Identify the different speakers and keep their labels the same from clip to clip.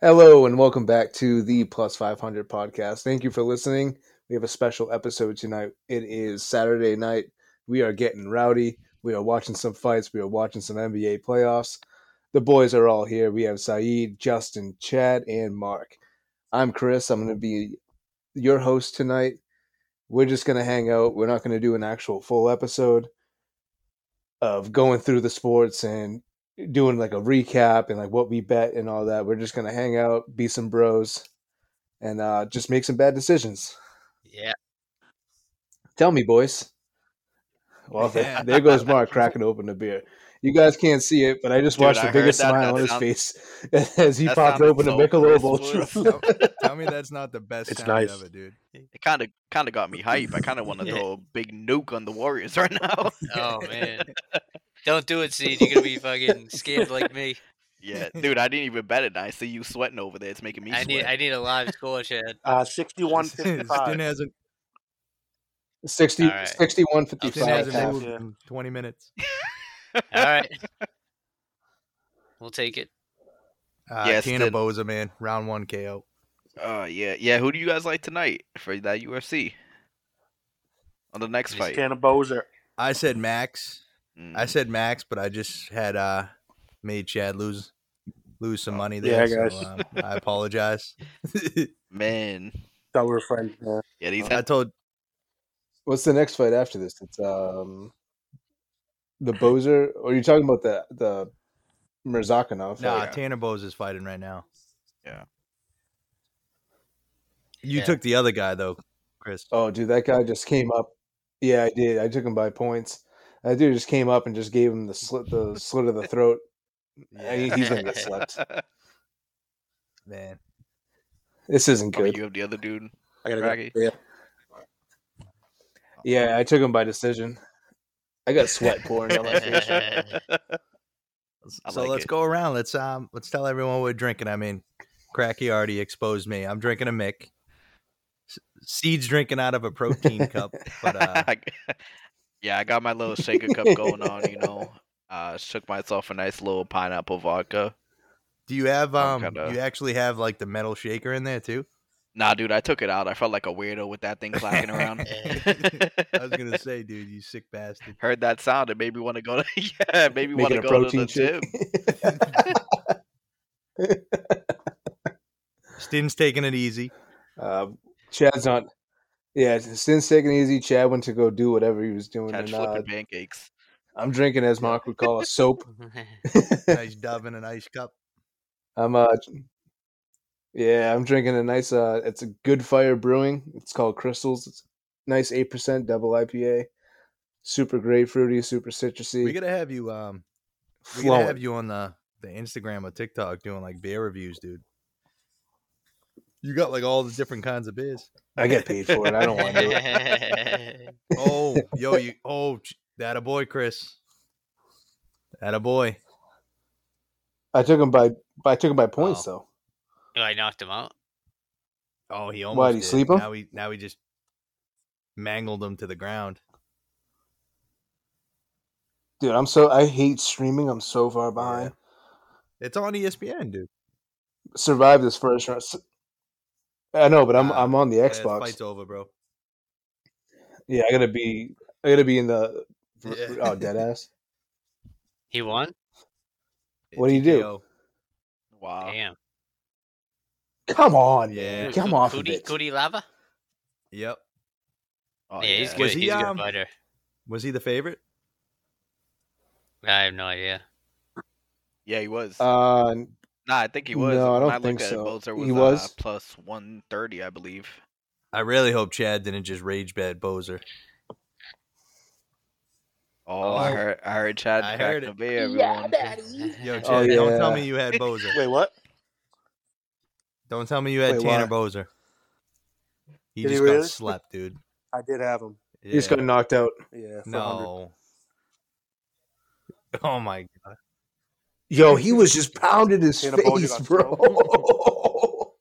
Speaker 1: Hello and welcome back to the Plus 500 podcast. Thank you for listening. We have a special episode tonight. It is Saturday night. We are getting rowdy. We are watching some fights. We are watching some NBA playoffs. The boys are all here. We have Saeed, Justin, Chad, and Mark. I'm Chris. I'm going to be your host tonight. We're just going to hang out. We're not going to do an actual full episode of going through the sports and doing like a recap and like what we bet and all that. We're just gonna hang out, be some bros, and uh, just make some bad decisions.
Speaker 2: Yeah.
Speaker 1: Tell me, boys. Well, there, there goes Mark cracking open a beer. You guys can't see it, but I just
Speaker 3: Dude,
Speaker 1: watched the
Speaker 3: I
Speaker 1: biggest
Speaker 3: heard that.
Speaker 1: smile
Speaker 3: That
Speaker 1: on his
Speaker 3: sound-
Speaker 1: face as he
Speaker 3: that
Speaker 1: popped
Speaker 3: sounded
Speaker 1: open a
Speaker 3: so
Speaker 1: Michelob Ultra.
Speaker 3: Chris Blue.
Speaker 4: tell, tell me that's not the best
Speaker 5: It's
Speaker 4: sound
Speaker 5: nice.
Speaker 4: ever, dude.
Speaker 3: It kind of kind of got me hype. I kind of want to
Speaker 2: Yeah.
Speaker 3: throw a big nuke on the Warriors right now.
Speaker 2: Oh man. Don't do it, Seed. You're gonna be fucking scared like me.
Speaker 3: yeah, dude, I didn't even bet it. and I see you sweating over there. It's making me
Speaker 2: I
Speaker 3: sweat.
Speaker 2: need I need a live score, Chad.
Speaker 5: Uh, 61
Speaker 4: Stin hasn't,
Speaker 1: 60,
Speaker 2: All right.
Speaker 1: 61,
Speaker 4: Stin
Speaker 1: 55
Speaker 4: hasn't
Speaker 1: half.
Speaker 4: moved
Speaker 5: Yeah.
Speaker 4: in 20 minutes.
Speaker 2: All right. We'll take it.
Speaker 4: Uh,
Speaker 3: Yeah,
Speaker 4: Tanner
Speaker 3: Stin.
Speaker 4: Boza, man. Round one KO.
Speaker 3: Oh yeah, yeah. Who do you guys like tonight for that UFC? On the next
Speaker 2: Just
Speaker 3: fight,
Speaker 5: Tanner Bozer.
Speaker 4: I said Max.
Speaker 3: Mm,
Speaker 4: I said Max, but I just had uh, made Chad lose lose some money
Speaker 5: Yeah,
Speaker 4: there. so,
Speaker 5: guys.
Speaker 4: um, I apologize.
Speaker 3: man.
Speaker 5: Thought we were friends. man.
Speaker 3: Yeah, these
Speaker 4: I told
Speaker 1: What's the next fight after this? It's um the Bozer, or you are talking about the the Mirzakhanov?
Speaker 4: Nah,
Speaker 3: yeah.
Speaker 4: Tanner Bowes is fighting right now.
Speaker 3: Yeah.
Speaker 4: You
Speaker 2: Yeah.
Speaker 4: took the other guy though, Chris.
Speaker 1: Oh, dude, that guy just came up. Yeah, I did. I took him by points. That dude just came up and just gave him the slit, the slit of the throat. I mean, he's gonna get slept.
Speaker 3: Oh,
Speaker 4: Man,
Speaker 1: This isn't
Speaker 3: oh,
Speaker 1: good.
Speaker 3: you have the other dude.
Speaker 5: I gotta
Speaker 3: Rocky.
Speaker 5: go. Yeah.
Speaker 1: Yeah, I took him by decision. I got sweat pouring on my face. right now.
Speaker 3: Oh, I
Speaker 4: so
Speaker 3: like
Speaker 4: let's
Speaker 3: it.
Speaker 4: go around. Let's um, let's tell everyone we're drinking. I mean, Cracky already exposed me. I'm drinking a Mick. S- Seed's drinking out of a protein cup, but uh,
Speaker 3: yeah, I got my little shaker cup going on. You know, uh, shook myself a nice little pineapple vodka.
Speaker 4: do you have
Speaker 3: I'm
Speaker 4: um?
Speaker 3: kinda-
Speaker 4: You actually have like the metal shaker in there too.
Speaker 3: Nah, dude, I took it out. I felt like a weirdo with that thing clacking around.
Speaker 4: I was gonna say, dude, you sick bastard.
Speaker 3: Heard that sound. It made me want to go to yeah, it made me want
Speaker 1: Making
Speaker 3: to
Speaker 1: a
Speaker 3: go to the
Speaker 1: protein
Speaker 3: gym.
Speaker 1: shake.
Speaker 4: Stin's taking it easy.
Speaker 1: uh, Chad's not. Yeah, since taking it easy, Chad went to go do whatever he was doing.
Speaker 3: Catch
Speaker 1: and, uh,
Speaker 3: flipping pancakes.
Speaker 1: I'm drinking, as Mark would call a soap.
Speaker 4: Nice dove in an ice cup.
Speaker 1: I'm uh yeah, I'm drinking a nice uh it's a good fire brewing. It's called Crystals. It's nice 8% double IPA. Super grapefruity, super citrusy.
Speaker 4: We gotta have you um We gotta
Speaker 1: flowing.
Speaker 4: have you on the the Instagram or TikTok doing like beer reviews, dude. You got like all the different kinds of beers.
Speaker 1: I get paid for it. I don't want to do it.
Speaker 4: Oh, yo, you oh ch- that a boy, Chris. That a boy.
Speaker 1: I took him by I took him by points though.
Speaker 2: Oh, I knocked him out.
Speaker 4: Oh, he almost
Speaker 1: Why'd he
Speaker 4: did.
Speaker 1: sleep him?
Speaker 4: Now he now he just mangled him to the ground.
Speaker 1: Dude, I'm so I hate streaming. I'm so far behind.
Speaker 4: It's on E ESPN, dude.
Speaker 1: Survive this first round. S- I know, but I'm
Speaker 4: Ah,
Speaker 1: I'm on the
Speaker 4: Yeah,
Speaker 1: Xbox.
Speaker 4: fight's over, bro.
Speaker 1: Yeah, I gotta be I gotta be in the
Speaker 4: Yeah.
Speaker 1: oh dead ass.
Speaker 2: He won?
Speaker 1: What do you do?
Speaker 4: TKO.
Speaker 3: wow.
Speaker 2: Damn.
Speaker 1: Come on,
Speaker 4: Yeah.
Speaker 1: man.
Speaker 2: Who-
Speaker 1: Oh, Come off of
Speaker 2: Cootie,
Speaker 1: it.
Speaker 2: Cootie Lava?
Speaker 4: Yep.
Speaker 3: Oh,
Speaker 2: yeah, he's good.
Speaker 4: Was he,
Speaker 2: he's a
Speaker 4: um,
Speaker 2: good fighter.
Speaker 4: Was he the favorite?
Speaker 2: I have no idea.
Speaker 3: Yeah, he was.
Speaker 1: Uh
Speaker 3: nah, I think he was.
Speaker 1: no, I
Speaker 3: When
Speaker 1: don't
Speaker 3: looked
Speaker 1: think
Speaker 3: at it,
Speaker 1: so.
Speaker 3: Bozer
Speaker 1: He
Speaker 3: was, uh,
Speaker 1: was?
Speaker 3: plus one thirty, I believe.
Speaker 4: I really hope Chad didn't just rage bad Bozer.
Speaker 3: Oh,
Speaker 4: Oh.
Speaker 3: I heard, I heard Chad
Speaker 4: I
Speaker 3: I
Speaker 4: heard
Speaker 3: the
Speaker 4: it.
Speaker 3: beer, everyone.
Speaker 4: Yo, Chad,
Speaker 1: Oh,
Speaker 4: don't tell
Speaker 1: yeah.
Speaker 4: me you had Bozer.
Speaker 5: Wait, what?
Speaker 4: Don't tell me you had
Speaker 1: Wait,
Speaker 4: Tanner
Speaker 1: why?
Speaker 4: Bowser. He
Speaker 5: Did he
Speaker 4: just got
Speaker 5: really?
Speaker 4: slept, dude.
Speaker 5: I did have him.
Speaker 1: he just got knocked out.
Speaker 5: Yeah. for 100.
Speaker 4: no. Oh my god.
Speaker 1: Yo, he was just pounded his
Speaker 5: Hit a ball, you
Speaker 1: face,
Speaker 5: got
Speaker 1: bro.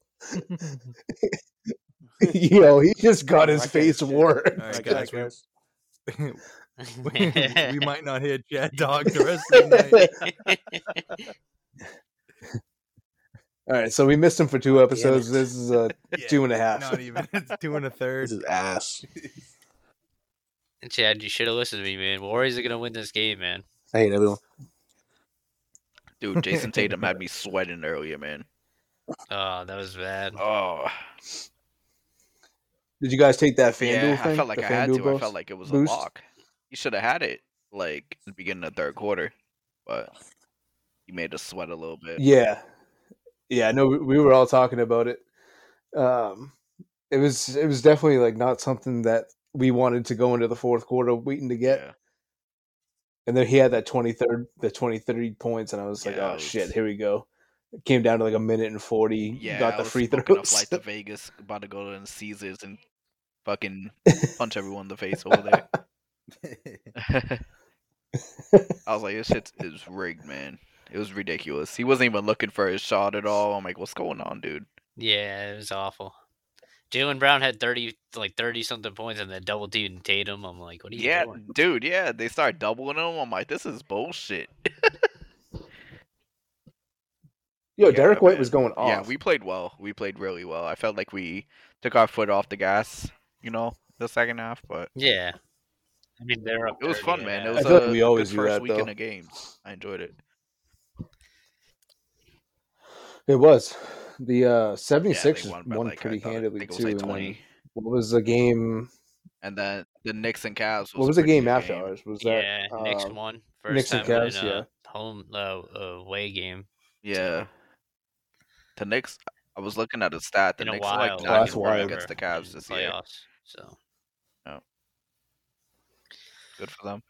Speaker 1: Yo, he just got his
Speaker 5: I can't
Speaker 1: face
Speaker 5: shit.
Speaker 1: worked.
Speaker 4: All right,
Speaker 5: Like,
Speaker 4: guys.
Speaker 5: that, guys.
Speaker 4: We, we might not hear Chad Dog the rest of the night.
Speaker 1: All right, so we missed him for two episodes.
Speaker 5: it.
Speaker 1: This is uh,
Speaker 4: Yeah,
Speaker 1: two and a half.
Speaker 4: Not even. It's two and a
Speaker 5: This
Speaker 4: third.
Speaker 5: is ass.
Speaker 2: And Chad, you should have listened to me, man. Warriors are gonna win this game, man.
Speaker 5: I hate everyone.
Speaker 3: Dude, Jason Tatum had me sweating earlier, man.
Speaker 2: Oh, that was bad.
Speaker 3: Oh,
Speaker 1: Did you guys take that FanDuel
Speaker 3: yeah.
Speaker 1: thing?
Speaker 3: I felt like
Speaker 1: The
Speaker 3: I had
Speaker 1: FanDuel
Speaker 3: to. I
Speaker 1: boost?
Speaker 3: felt like it was
Speaker 1: boost?
Speaker 3: a lock. You should have had it like at the beginning of the third quarter, but you made us sweat a little bit.
Speaker 1: Yeah, yeah. No, we- we were all talking about it. Um, it was it was definitely like not something that we wanted to go into the fourth quarter waiting to get.
Speaker 3: Yeah.
Speaker 1: And then he had that twenty third, the twenty three points, and I was like,
Speaker 3: Yeah,
Speaker 1: oh
Speaker 3: it was-
Speaker 1: shit, here we go. It came down to like a minute and forty.
Speaker 3: Yeah,
Speaker 1: got
Speaker 3: I
Speaker 1: the
Speaker 3: was
Speaker 1: free
Speaker 3: booking
Speaker 1: throws.
Speaker 3: A flight to Vegas, about to go to Caesars and fucking punch everyone in the face over there. I was like, this shit is rigged, man. It was ridiculous. He wasn't even looking for his shot at all. I'm like, what's going on, dude?
Speaker 2: Yeah, it was awful. Jalen Brown had thirty, like thirty something points, and then double teamed Tatum. I'm like, what are you
Speaker 3: Yeah,
Speaker 2: doing?
Speaker 3: dude, yeah. They start doubling him. I'm like, this is bullshit.
Speaker 1: Yo,
Speaker 3: Yeah,
Speaker 1: Derek White
Speaker 3: man.
Speaker 1: was going off.
Speaker 3: Yeah, we played well. We played really well. I felt like we took our foot off the gas, you know, the second half, but
Speaker 2: Yeah, I mean they're up.
Speaker 3: it was
Speaker 2: 30
Speaker 3: fun,
Speaker 2: and
Speaker 3: man.
Speaker 2: a
Speaker 3: It
Speaker 1: I
Speaker 3: was
Speaker 2: half.
Speaker 1: feel like
Speaker 3: a
Speaker 1: we always
Speaker 3: good
Speaker 1: do
Speaker 3: first
Speaker 1: that,
Speaker 3: weekend
Speaker 1: though.
Speaker 3: of games. I enjoyed it.
Speaker 1: It was. The uh,
Speaker 3: Yeah,
Speaker 1: 76
Speaker 3: they
Speaker 1: won,
Speaker 3: by, like, I
Speaker 1: pretty
Speaker 3: thought it- I
Speaker 1: handily,
Speaker 3: think it
Speaker 1: too.
Speaker 3: was like
Speaker 1: and then
Speaker 3: 20.
Speaker 1: what was the game?
Speaker 3: And then the Knicks and Cavs. Was
Speaker 1: What
Speaker 3: a
Speaker 1: was the
Speaker 3: pretty
Speaker 1: game
Speaker 3: good
Speaker 1: after ours? Was that
Speaker 2: yeah, Knicks
Speaker 1: um,
Speaker 2: won first
Speaker 1: Knicks and
Speaker 2: time winning
Speaker 1: Cavs,
Speaker 2: a
Speaker 1: yeah.
Speaker 2: home uh, away game.
Speaker 3: Yeah. The Knicks. I was looking at a stat. The
Speaker 2: In a
Speaker 3: Knicks are
Speaker 2: while.
Speaker 3: like
Speaker 2: Oh,
Speaker 3: nine
Speaker 1: that's
Speaker 3: and one
Speaker 1: wild.
Speaker 3: against the
Speaker 2: in
Speaker 3: Cavs
Speaker 2: the
Speaker 3: this year.
Speaker 2: playoffs. So
Speaker 3: Good for them.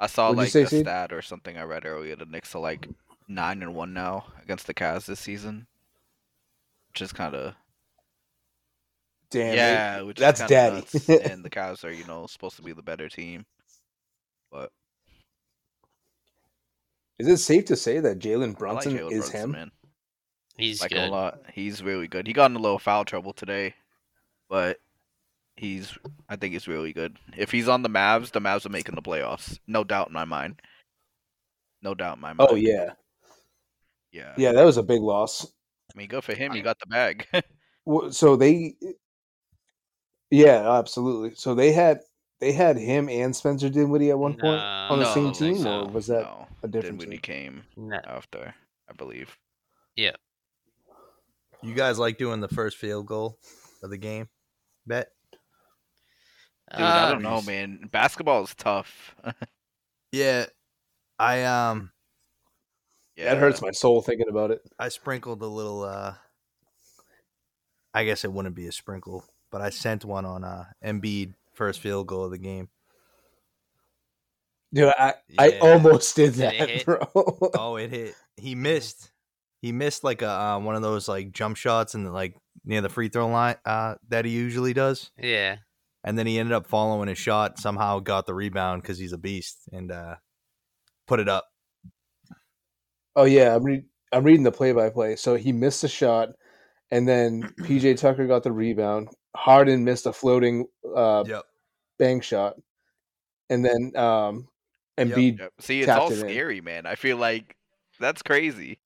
Speaker 3: I saw
Speaker 1: What'd you
Speaker 3: like
Speaker 1: say,
Speaker 3: a
Speaker 1: Sid?
Speaker 3: stat or something I read earlier. The Knicks are like nine and one now against the Cavs this season, which is kind of
Speaker 1: damn it.
Speaker 3: yeah, which
Speaker 1: that's
Speaker 3: is kinda
Speaker 1: daddy.
Speaker 3: nuts, and the Cavs are you know supposed to be the better team.
Speaker 1: Is it safe to say that Jalen
Speaker 3: I like
Speaker 1: Brunson
Speaker 3: Jalen
Speaker 1: is
Speaker 3: Brunson,
Speaker 1: him?
Speaker 3: Man.
Speaker 2: he's
Speaker 3: like him
Speaker 2: good.
Speaker 3: a lot. He's really good. He got in a little foul trouble today, but he's I think he's really good. If he's on the Mavs, the Mavs are making the playoffs. No doubt in my mind. No doubt in my mind.
Speaker 1: Oh yeah,
Speaker 3: Yeah.
Speaker 1: yeah, that was a big loss.
Speaker 3: I mean, good for him. He got the bag.
Speaker 1: Wh- So they, eh, yeah, absolutely. So they had they had him and Spencer Dinwiddie at one point
Speaker 2: Nah,
Speaker 1: on the
Speaker 2: no, I
Speaker 1: same
Speaker 2: don't think
Speaker 1: team, or
Speaker 2: so.
Speaker 1: was that
Speaker 3: no.
Speaker 1: a different
Speaker 3: Dinwiddie
Speaker 1: team?
Speaker 3: came
Speaker 2: No,
Speaker 3: after, I believe.
Speaker 4: You guys like doing the first field goal of the game? Bet.
Speaker 3: Dude,
Speaker 2: Ah, uh,
Speaker 3: I don't know, man. Basketball is tough.
Speaker 4: Yeah. I um
Speaker 3: yeah,
Speaker 1: That hurts my soul thinking about it.
Speaker 4: I sprinkled a little uh I guess it wouldn't be a sprinkle, but I sent one on uh Embiid first field goal of the game.
Speaker 1: Dude, I, I
Speaker 4: Yeah.
Speaker 1: almost did
Speaker 2: Did it
Speaker 1: that,
Speaker 2: hit?
Speaker 1: bro.
Speaker 4: Oh, it hit. He missed. He missed like a uh, one of those like jump shots and like near the free throw line uh that he usually does.
Speaker 2: Yeah,
Speaker 4: and then he ended up following his shot somehow got the rebound because he's a beast and uh put it up
Speaker 1: Oh yeah, I'm re- I'm reading the play by play. So he missed a shot, and then PJ Tucker got the rebound. Harden missed a floating uh,
Speaker 4: yep
Speaker 1: bang shot, and then um, Embiid.
Speaker 3: Yep. See, it's
Speaker 1: Tapped
Speaker 3: all
Speaker 1: it in.
Speaker 3: scary, man. I feel like that's crazy.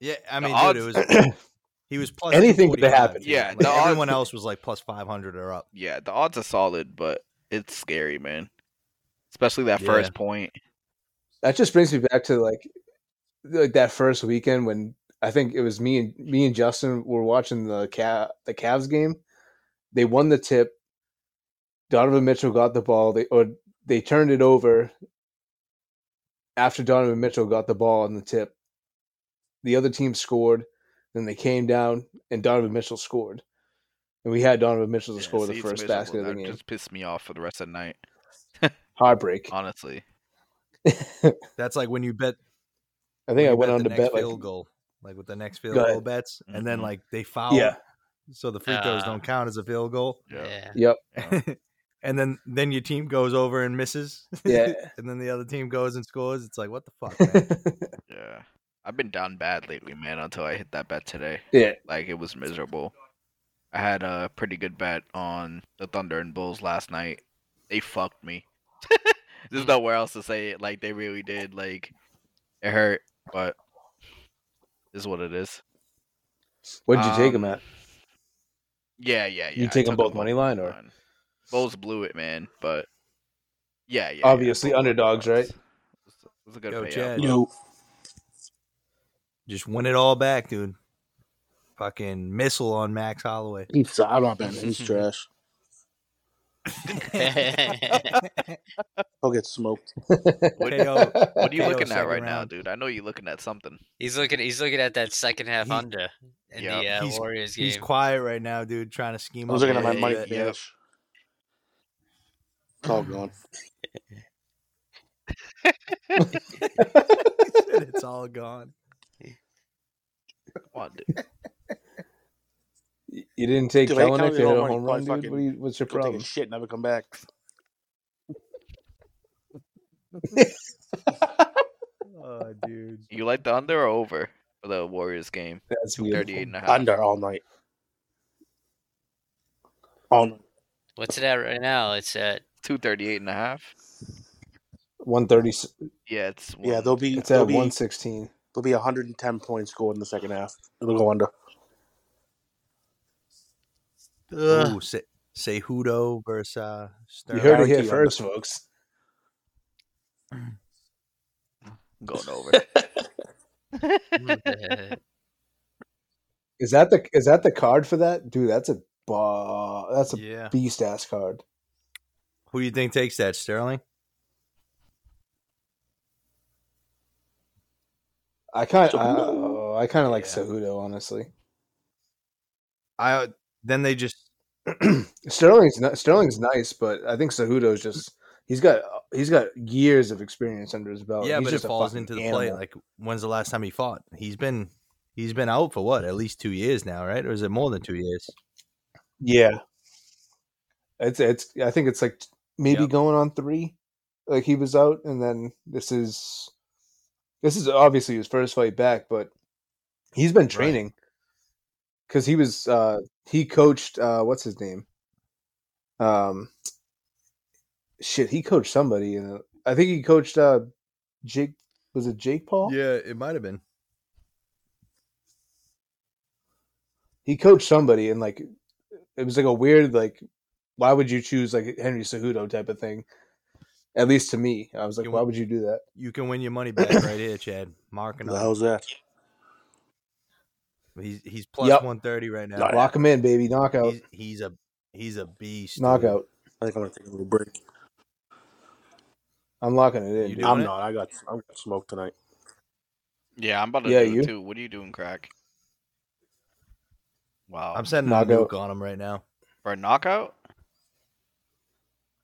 Speaker 4: yeah i
Speaker 3: The
Speaker 4: mean dude it
Speaker 3: odds-
Speaker 4: was he was plus
Speaker 1: Anything could
Speaker 4: 245,
Speaker 1: happen.
Speaker 4: dude.
Speaker 3: Yeah,
Speaker 4: Like,
Speaker 3: the odds-
Speaker 4: everyone else was like plus 500 or up
Speaker 3: Yeah, the odds are solid, but it's scary, man. Especially that
Speaker 4: Yeah.
Speaker 3: first point.
Speaker 1: that just brings me back to like like that first weekend when I think it was me and me and Justin were watching the Cav, the Cavs game. They won the tip. Donovan Mitchell got the ball. They or they turned it over after Donovan Mitchell got the ball on the tip. The other team scored. Then they came down and Donovan Mitchell scored. And we had Donovan Mitchell to
Speaker 3: Yeah,
Speaker 1: score the
Speaker 3: see, it's
Speaker 1: first
Speaker 3: miserable.
Speaker 1: basket of the
Speaker 3: That
Speaker 1: game.
Speaker 3: Just pissed me off for the rest of the night,
Speaker 1: Heartbreak.
Speaker 3: honestly.
Speaker 4: that's like when you bet
Speaker 1: I
Speaker 4: when
Speaker 1: think I
Speaker 4: you
Speaker 1: went
Speaker 4: bet
Speaker 1: on
Speaker 4: the
Speaker 1: to
Speaker 4: next
Speaker 1: bet like
Speaker 4: field goal like with the next field
Speaker 1: Go
Speaker 4: goal
Speaker 1: ahead. Mm-hmm.
Speaker 4: bets and
Speaker 3: Mhm.
Speaker 4: then like they foul
Speaker 1: yeah,
Speaker 4: so the free throws
Speaker 2: Ah.
Speaker 4: don't count as a field goal
Speaker 2: yeah.
Speaker 1: yep,
Speaker 4: and then then your team goes over and misses
Speaker 1: yeah.
Speaker 4: and then the other team goes and scores it's like what the fuck man
Speaker 3: Yeah. I've been down bad lately, man, until I hit that bet today.
Speaker 1: Yeah.
Speaker 3: Like it was miserable. I had a pretty good bet on the Thunder and Bulls last night. They fucked me. There's
Speaker 2: Mm.
Speaker 3: nowhere else to say it. Like they really did. Like it hurt, but this is what it is.
Speaker 1: What did you take him
Speaker 3: Um,
Speaker 1: at?
Speaker 3: Yeah, yeah, yeah.
Speaker 1: You
Speaker 3: I
Speaker 1: take 'em
Speaker 3: took
Speaker 1: both money line, or-
Speaker 3: Bulls blew it, man. But yeah, yeah. yeah,
Speaker 1: Obviously
Speaker 3: both money
Speaker 1: underdogs,
Speaker 3: lines.
Speaker 1: right?
Speaker 3: It was a good
Speaker 4: Go
Speaker 3: payout.
Speaker 4: Jets.
Speaker 5: No.
Speaker 4: Just win it all back, dude. Fucking missile on Max Holloway.
Speaker 5: He's out on him. He's trash. He'll get smoked.
Speaker 3: What,
Speaker 4: KO.
Speaker 3: what are you
Speaker 4: KO
Speaker 3: looking at
Speaker 4: second
Speaker 3: right now,
Speaker 4: round.
Speaker 3: dude? I know you're looking at something.
Speaker 2: he's looking. He's looking at that second half
Speaker 4: He-
Speaker 2: under in the
Speaker 3: Yeah.
Speaker 2: uh,
Speaker 4: He's-
Speaker 2: Warriors game.
Speaker 4: He's quiet right now, dude, trying to scheme
Speaker 5: I was
Speaker 4: up
Speaker 5: looking at my
Speaker 4: a
Speaker 5: money
Speaker 4: bit.
Speaker 3: yeah.
Speaker 5: finish. It's all gone.
Speaker 4: it's all gone.
Speaker 3: Come on, dude.
Speaker 1: you didn't take
Speaker 5: Dude, I ain't
Speaker 1: Kellenick to
Speaker 5: counting
Speaker 1: hit
Speaker 5: all
Speaker 1: a
Speaker 5: money.
Speaker 1: home run,
Speaker 5: Probably
Speaker 1: dude.
Speaker 5: fucking-
Speaker 1: What do you, what's your
Speaker 5: Go take a
Speaker 1: problem?
Speaker 5: shit, never come back.
Speaker 4: Oh, dude.
Speaker 3: You like the under or over for the Warriors game?
Speaker 1: That's weird.
Speaker 3: 238 and a half.
Speaker 5: Under all night. All night.
Speaker 2: What's it at right now? It's at
Speaker 3: 238 and a half.
Speaker 1: One thirty.
Speaker 3: Yeah, it's
Speaker 5: Yeah,
Speaker 3: one-
Speaker 5: there'll be
Speaker 1: It's
Speaker 5: there'll
Speaker 1: at
Speaker 5: be,
Speaker 1: one sixteen.
Speaker 5: there'll be 110 points scored in the second half. It'll go under.
Speaker 4: Ooh, say, say Hudo versus uh,
Speaker 1: You
Speaker 4: Sterling.
Speaker 1: heard it here
Speaker 5: Guaranteed.
Speaker 1: first, folks.
Speaker 3: going over.
Speaker 2: uh,
Speaker 1: Is that the is that the card for that, dude? That's a ba- That's a
Speaker 4: Yeah.
Speaker 1: beast ass card.
Speaker 4: Who do you think takes that, Sterling?
Speaker 1: I kind of
Speaker 5: Cejudo.
Speaker 1: oh, I kind of like
Speaker 4: Yeah.
Speaker 1: Cejudo, honestly.
Speaker 4: I then they just
Speaker 1: Sterling's ni- Sterling's nice, but I think Cejudo's just he's got he's got years of experience under his belt.
Speaker 4: yeah,
Speaker 1: Oh, He's
Speaker 4: but it
Speaker 1: just a
Speaker 4: falls
Speaker 1: fucking
Speaker 4: into the play.
Speaker 1: animal.
Speaker 4: Like, when's the last time he fought? He's been he's been out for what? At least two years now, right? Or is it more than two years?
Speaker 1: Yeah. It's it's I think it's like maybe
Speaker 4: Yep.
Speaker 1: going on 3. Like he was out and then this is this is obviously his first fight back, but he's been training cuz he was uh he coached uh what's his name? Um shit, he coached somebody and uh, I think he coached uh Jake was it Jake Paul?
Speaker 4: it might have been.
Speaker 1: he coached somebody and like it was like a weird like why would you choose like Henry Cejudo type of thing? At least to me, I was like,
Speaker 4: You
Speaker 1: why
Speaker 4: want-
Speaker 1: would you do that?
Speaker 4: You can win your money back right here, Chad. Marking
Speaker 5: Who the hell's that?
Speaker 4: He's he's plus
Speaker 1: Yep.
Speaker 4: one thirty right now.
Speaker 5: Not
Speaker 1: Lock him in, baby, knockout,
Speaker 4: He's, he's a he's a beast. dude.
Speaker 1: knockout.
Speaker 5: I think I'm gonna take a little break.
Speaker 1: I'm locking it in.
Speaker 4: You
Speaker 1: dude.
Speaker 4: doing
Speaker 5: I'm
Speaker 4: it?
Speaker 5: not. I got I'm got smoked tonight.
Speaker 3: yeah, I'm about to
Speaker 1: Yeah,
Speaker 3: do
Speaker 1: you?
Speaker 3: it too. What are you doing, crack? Wow.
Speaker 4: I'm sending a
Speaker 1: Knockout.
Speaker 4: nuke on him right now.
Speaker 3: for a knockout?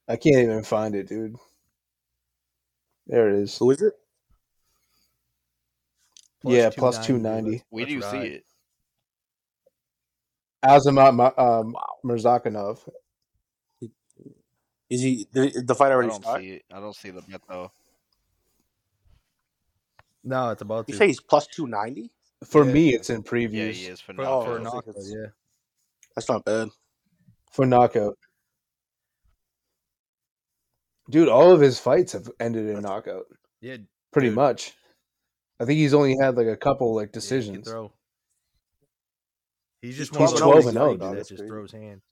Speaker 1: I can't even find it, dude. There it is.
Speaker 5: Who is it?
Speaker 1: yeah, plus two ninety.
Speaker 3: Where do you see it?
Speaker 1: Azamat Ma- um, Mirzakhanov.
Speaker 5: Is he the, the fight
Speaker 3: I
Speaker 5: already
Speaker 3: don't
Speaker 5: started?
Speaker 3: see it. I don't see the bet though.
Speaker 4: No, it's about
Speaker 5: You
Speaker 4: to.
Speaker 5: say he's plus two ninety?
Speaker 1: For
Speaker 4: Yeah.
Speaker 1: me, it's in
Speaker 3: Yeah,
Speaker 1: previews
Speaker 3: he is for
Speaker 4: for,
Speaker 5: Oh,
Speaker 4: for
Speaker 5: I
Speaker 3: knockout.
Speaker 4: a
Speaker 5: think
Speaker 4: knockout,
Speaker 5: it's-
Speaker 4: yeah.
Speaker 5: That's not bad.
Speaker 1: for knockout. Dude, all of his fights have ended in knockout,
Speaker 4: Yeah,
Speaker 1: pretty
Speaker 4: Dude.
Speaker 1: much. I think he's only had like a couple like
Speaker 4: Yeah, he can
Speaker 1: decisions.
Speaker 4: throw. He's just
Speaker 5: He's
Speaker 4: one of
Speaker 5: 12
Speaker 4: those
Speaker 5: and
Speaker 4: guys
Speaker 5: 0,
Speaker 4: that
Speaker 5: dog. That's
Speaker 4: just
Speaker 5: crazy.
Speaker 4: throws hands.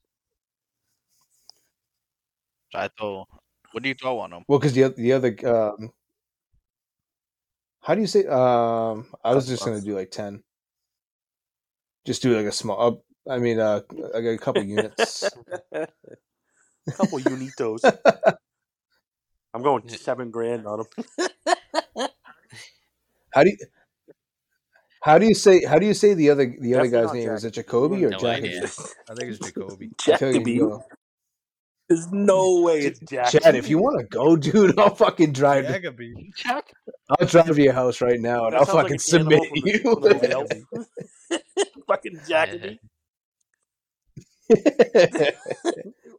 Speaker 3: I throw. What do you throw on him?
Speaker 1: Well, because the oth- the other um, how do you say? Um, I was just gonna do like ten. Just do like a small. Uh, I mean, uh, I got a couple units.
Speaker 5: couple unitos. I'm going seven grand on him.
Speaker 1: How do you? How do you say? How do you say the other the other
Speaker 5: Definitely
Speaker 1: guy's
Speaker 5: not
Speaker 1: name? Is it
Speaker 5: Jack.
Speaker 1: Jacoby or
Speaker 2: No
Speaker 1: Jack?
Speaker 2: idea.
Speaker 4: I think it's Jacoby.
Speaker 5: Jack
Speaker 1: Tell you,
Speaker 5: Jacoby.
Speaker 1: yo,
Speaker 5: There's no way it's Jack.
Speaker 1: Chad, if you want to go, dude, I'll fucking drive. To,
Speaker 4: Jacoby.
Speaker 1: I'll drive to your house right now, and
Speaker 5: That
Speaker 1: I'll
Speaker 5: sounds like
Speaker 1: fucking
Speaker 5: an
Speaker 1: submit
Speaker 5: animal from the-
Speaker 1: you.
Speaker 5: from the Elf. fucking Jacoby.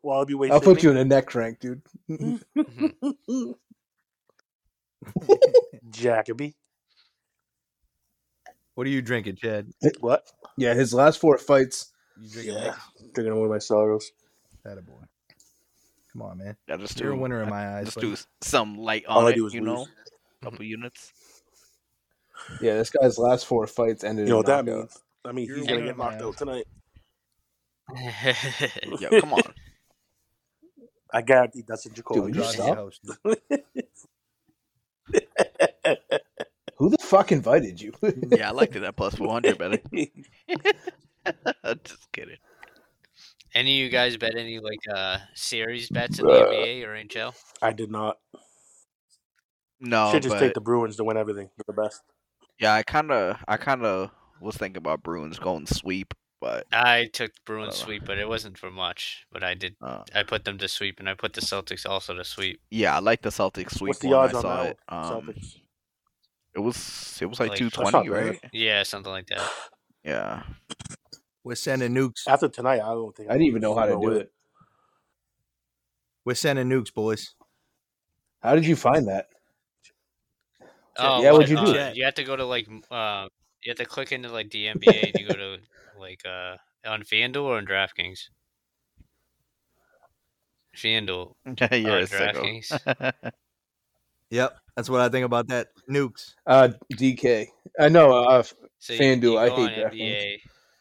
Speaker 5: Wallaby Way.
Speaker 1: I'll put you in a neck rank, dude.
Speaker 5: Mm. you. Jacoby.
Speaker 4: What are you drinking, Chad?
Speaker 5: What?
Speaker 1: Yeah, his last four fights.
Speaker 4: You drinking
Speaker 5: Yeah,
Speaker 4: yeah.
Speaker 5: drinking away my sorrows.
Speaker 4: that boy. Come on, man.
Speaker 3: Yeah, just
Speaker 4: You're a
Speaker 3: do-
Speaker 4: winner in my eyes.
Speaker 3: Just
Speaker 4: buddy.
Speaker 3: do some light on
Speaker 5: All I
Speaker 3: it.
Speaker 5: do is
Speaker 3: you know,
Speaker 5: lose.
Speaker 3: couple units.
Speaker 1: Yeah, this guy's last four fights ended.
Speaker 5: You
Speaker 1: in
Speaker 5: know what that
Speaker 1: knockout.
Speaker 5: means? I mean,
Speaker 6: You're
Speaker 5: he's gonna
Speaker 6: winning,
Speaker 5: get knocked
Speaker 6: man.
Speaker 5: out tonight.
Speaker 3: Yo, come on.
Speaker 5: I guarantee that's what you call
Speaker 1: Dude,
Speaker 5: it.
Speaker 1: you
Speaker 4: Rodney
Speaker 1: stop?
Speaker 4: Houston.
Speaker 1: Who the fuck invited you?
Speaker 3: Yeah, I liked it at plus 100 better. Just kidding.
Speaker 2: any of you guys bet any like uh series bets in the NBA or NHL?
Speaker 5: I did not.
Speaker 3: No,
Speaker 5: Should just
Speaker 3: Oh, but
Speaker 5: take the Bruins to win everything. They're the best.
Speaker 3: yeah, I kind of, I kind of was thinking about Bruins going sweep, but
Speaker 2: I took the Bruins
Speaker 3: Well, uh,
Speaker 2: sweep, but it wasn't for much. But I did.
Speaker 3: uh,
Speaker 2: I put them to sweep, and I put the Celtics also to sweep.
Speaker 3: yeah, I like the Celtics sweep.
Speaker 5: What's the
Speaker 3: one.
Speaker 5: odds
Speaker 3: I
Speaker 5: on
Speaker 3: saw
Speaker 5: that?
Speaker 3: it. Um,
Speaker 5: Celtics.
Speaker 3: it was, it was like
Speaker 2: Like-
Speaker 3: two
Speaker 2: That's
Speaker 5: not
Speaker 3: twenty,
Speaker 5: bad.
Speaker 3: right?
Speaker 2: Yeah, something like that.
Speaker 3: Yeah,
Speaker 4: We're sending nukes.
Speaker 5: After tonight, I don't think
Speaker 1: I didn't even know how to do it.
Speaker 4: We're sending nukes, boys.
Speaker 1: How did you find that?
Speaker 2: Oh,
Speaker 1: Yeah,
Speaker 2: what-
Speaker 1: what'd you do?
Speaker 2: uh, You have to go to like. m- Uh, you have to click into like the NBA, and you go to like uh on FanDuel or on DraftKings. FanDuel.
Speaker 3: yeah, you're
Speaker 2: Uh,
Speaker 3: a sicko.
Speaker 4: Yep, that's what I think about that. Nukes.
Speaker 1: Uh, DK. I know. Uh,
Speaker 2: So
Speaker 1: FanDuel,
Speaker 2: You, you
Speaker 1: I
Speaker 2: go
Speaker 1: hate
Speaker 2: on
Speaker 1: DraftKings.
Speaker 2: NBA.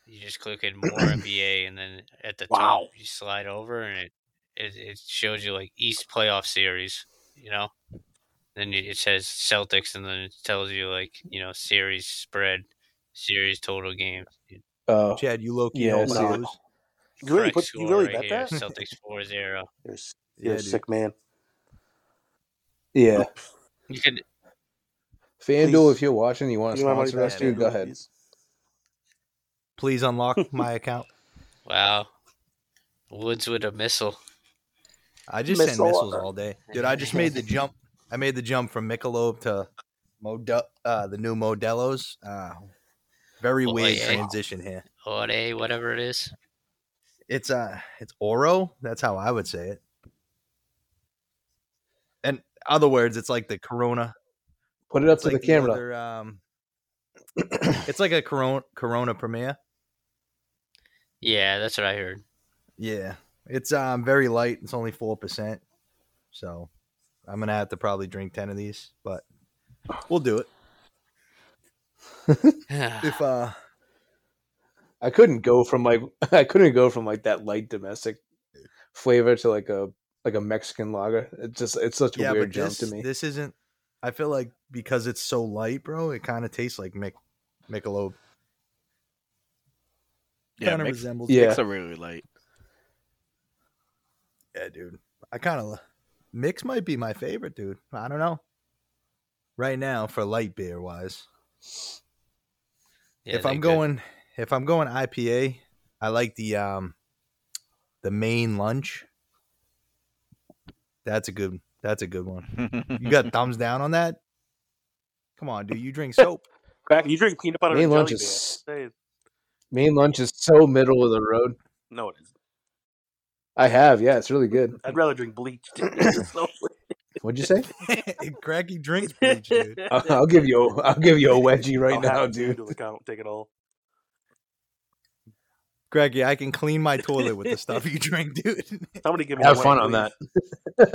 Speaker 2: You just click in more NBA, and then at the
Speaker 5: Wow.
Speaker 2: top you slide over, and it, it it shows you like East playoff series. You know, then you, it says Celtics, and then it tells you like you know series spread, series total games.
Speaker 1: uh,
Speaker 4: Chad, you low key
Speaker 1: Yeah,
Speaker 4: know
Speaker 1: it's
Speaker 5: not-
Speaker 4: about those.
Speaker 5: You really
Speaker 2: Correct
Speaker 5: put? You
Speaker 2: score
Speaker 5: really
Speaker 2: right
Speaker 5: bet
Speaker 2: here,
Speaker 5: that?
Speaker 2: Celtics four zero.
Speaker 5: You're, s-
Speaker 4: Yeah,
Speaker 5: you're a
Speaker 4: dude.
Speaker 5: sick man.
Speaker 1: yeah.
Speaker 2: You could
Speaker 1: FanDuel, if you're watching, you want to
Speaker 5: You know how much
Speaker 1: sponsor us,
Speaker 5: that
Speaker 1: dude,
Speaker 5: FanDuel
Speaker 1: go ahead.
Speaker 5: is?
Speaker 4: Please unlock my account.
Speaker 2: wow, Woods with a missile.
Speaker 4: I just
Speaker 5: Missile.
Speaker 4: send missiles all day, dude. I just made the jump. I made the jump from Michelob to Model, uh, the new Modelo's. Uh, very
Speaker 2: Oh,
Speaker 4: weird
Speaker 2: yeah.
Speaker 4: transition here.
Speaker 2: Ore, whatever it is.
Speaker 4: It's uh, it's Oro. That's how I would say it. And other words, it's like the Corona.
Speaker 1: Put it up
Speaker 4: It's
Speaker 1: to
Speaker 4: like
Speaker 1: the camera.
Speaker 4: other, um, it's like a Corona Corona premiere.
Speaker 2: Yeah, that's what I heard.
Speaker 4: Yeah, it's um very light. It's only four percent, so I'm gonna have to probably drink ten of these, but we'll do it.
Speaker 1: Ah,
Speaker 4: If uh,
Speaker 1: I couldn't go from like I couldn't go from like that light domestic flavor to like a like a Mexican lager. It's just it's such a
Speaker 4: yeah,
Speaker 1: weird
Speaker 4: but
Speaker 1: jump
Speaker 4: this,
Speaker 1: to me.
Speaker 4: this isn't. I feel like because it's so light, bro, it kind of tastes like Mick Michelob.
Speaker 3: Yeah,
Speaker 4: kind of
Speaker 3: makes,
Speaker 4: resembles.
Speaker 1: yeah.
Speaker 3: makes a really light.
Speaker 4: Yeah, dude. I kind of mix might be my favorite, dude. I don't know. Right now, for light beer wise,
Speaker 2: Yeah,
Speaker 4: if
Speaker 2: they're
Speaker 4: I'm
Speaker 2: good.
Speaker 4: going, if I'm going IPA, I like the um, the main lunch. That's a good. That's a good one. You got thumbs down on that? Come on, dude. You drink soap.
Speaker 5: Crack, you drink peanut butter
Speaker 1: Main
Speaker 5: and
Speaker 1: lunch
Speaker 5: jelly
Speaker 1: is-
Speaker 5: beer. Say-
Speaker 1: Main lunch is so middle of the road.
Speaker 5: No, it isn't.
Speaker 1: I have, yeah, it's really good.
Speaker 5: I'd rather drink bleach.
Speaker 1: What'd you say?
Speaker 4: Cracky drinks bleach, dude.
Speaker 1: I'll, I'll give you a, I'll give you a wedgie right
Speaker 5: I'll
Speaker 1: now,
Speaker 5: have to
Speaker 1: dude.
Speaker 5: do the count, Take it all.
Speaker 4: Cracky, I can clean my toilet with the stuff you drink, dude.
Speaker 5: Somebody give me.
Speaker 1: Have
Speaker 5: a
Speaker 1: fun
Speaker 5: wet
Speaker 1: on
Speaker 5: leaf.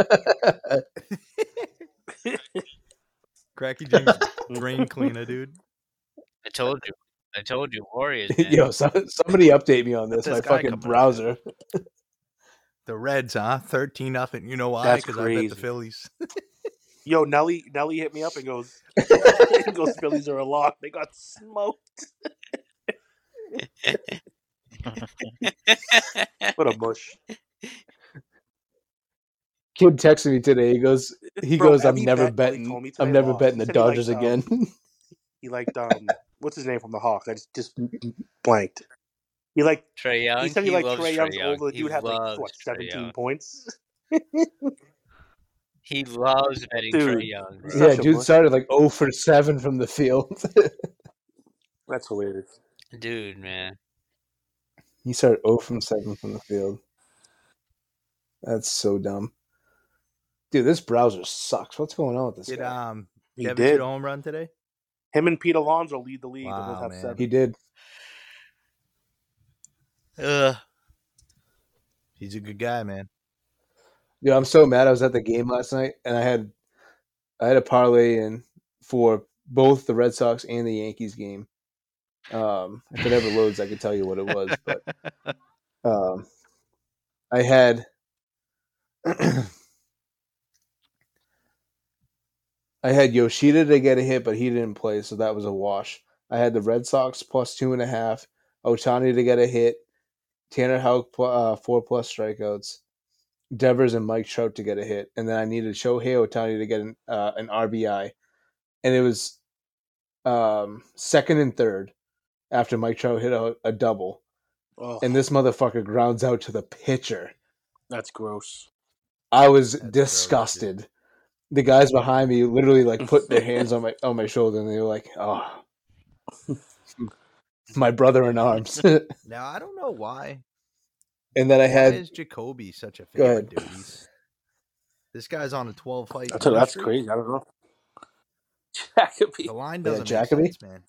Speaker 1: that.
Speaker 4: Cracky drinks drain cleaner, dude.
Speaker 2: I told you. I told you, Warriors. man.
Speaker 1: Yo, so, somebody update me on this.
Speaker 3: This
Speaker 1: My
Speaker 3: guy
Speaker 1: fucking
Speaker 3: coming up.
Speaker 1: browser.
Speaker 4: The Reds, huh? Thirteen nothing. You know why?
Speaker 5: That's
Speaker 4: Because I bet
Speaker 5: crazy.
Speaker 4: the Phillies.
Speaker 5: Yo, Nelly, Nelly hit me up and goes, goes Phillies are a lock. They got smoked. What a mush.
Speaker 1: Kid texted me today. He goes, he
Speaker 5: Bro,
Speaker 1: goes. I'm
Speaker 5: every
Speaker 1: never
Speaker 5: bet Nelly
Speaker 1: betting.
Speaker 5: told me
Speaker 1: I'm
Speaker 5: today
Speaker 1: never
Speaker 5: lost.
Speaker 1: betting
Speaker 5: He
Speaker 1: the
Speaker 5: said he liked,
Speaker 1: Dodgers
Speaker 5: um,
Speaker 1: again.
Speaker 5: He liked um, what's his name from the Hawks? I just just blanked. He like
Speaker 2: Trey Young.
Speaker 5: he said he, liked
Speaker 2: Uh, loves
Speaker 5: Trey Young's
Speaker 2: Young.
Speaker 5: over. The
Speaker 2: He
Speaker 5: dude had like
Speaker 2: loves
Speaker 5: what
Speaker 2: Trae
Speaker 5: seventeen
Speaker 2: Young.
Speaker 5: points.
Speaker 2: He loves betting
Speaker 5: Dude.
Speaker 2: Trey Young. bro.
Speaker 1: yeah,
Speaker 5: such a
Speaker 1: dude
Speaker 5: mush.
Speaker 1: started like 0 for 7 from the field.
Speaker 5: That's hilarious.
Speaker 2: Dude, man.
Speaker 1: He started 0 from 7 from the field. That's so dumb. Dude, this browser sucks. What's going on with this
Speaker 4: Did
Speaker 1: guy?
Speaker 4: um
Speaker 5: He
Speaker 4: Devin
Speaker 5: did.
Speaker 4: hit a home run today?
Speaker 5: Him and Pete Alonso lead the league. They
Speaker 4: Wow,
Speaker 5: both have
Speaker 4: man.
Speaker 5: seven.
Speaker 1: He did.
Speaker 2: Ugh.
Speaker 4: He's a good guy, man.
Speaker 1: Dude, I'm so mad. I was at the game last night and I had I had a parlay in for both the Red Sox and the Yankees game. Um, if it ever loads, I can tell you what it was. But um, I had I had Yoshida to get a hit, but he didn't play, so that was a wash. I had the Red Sox plus two and a half, Otani to get a hit, Tanner Houck pl- uh, four plus strikeouts, Devers and Mike Trout to get a hit, and then I needed Shohei Otani to get an, uh, an RBI, and it was um, second and third after Mike Trout hit a, a double,
Speaker 5: Oh,
Speaker 1: and this motherfucker grounds out to the pitcher.
Speaker 5: that's gross.
Speaker 1: I was
Speaker 4: gross, dude.
Speaker 1: disgusted. the guys behind me literally like put their hands on my on my shoulder and they were like, "Oh, my brother in arms." and
Speaker 4: Now I don't know why.
Speaker 1: then I
Speaker 4: why
Speaker 1: had
Speaker 4: is Jacoby such a
Speaker 1: Go ahead.
Speaker 4: favorite? Dude? He's- this guy's on a twelve fight.
Speaker 5: That's, that's
Speaker 4: streak.
Speaker 5: crazy. I don't know. Jacoby.
Speaker 4: The line
Speaker 1: Yeah,
Speaker 4: doesn't
Speaker 1: Jacoby?
Speaker 4: make sense, man.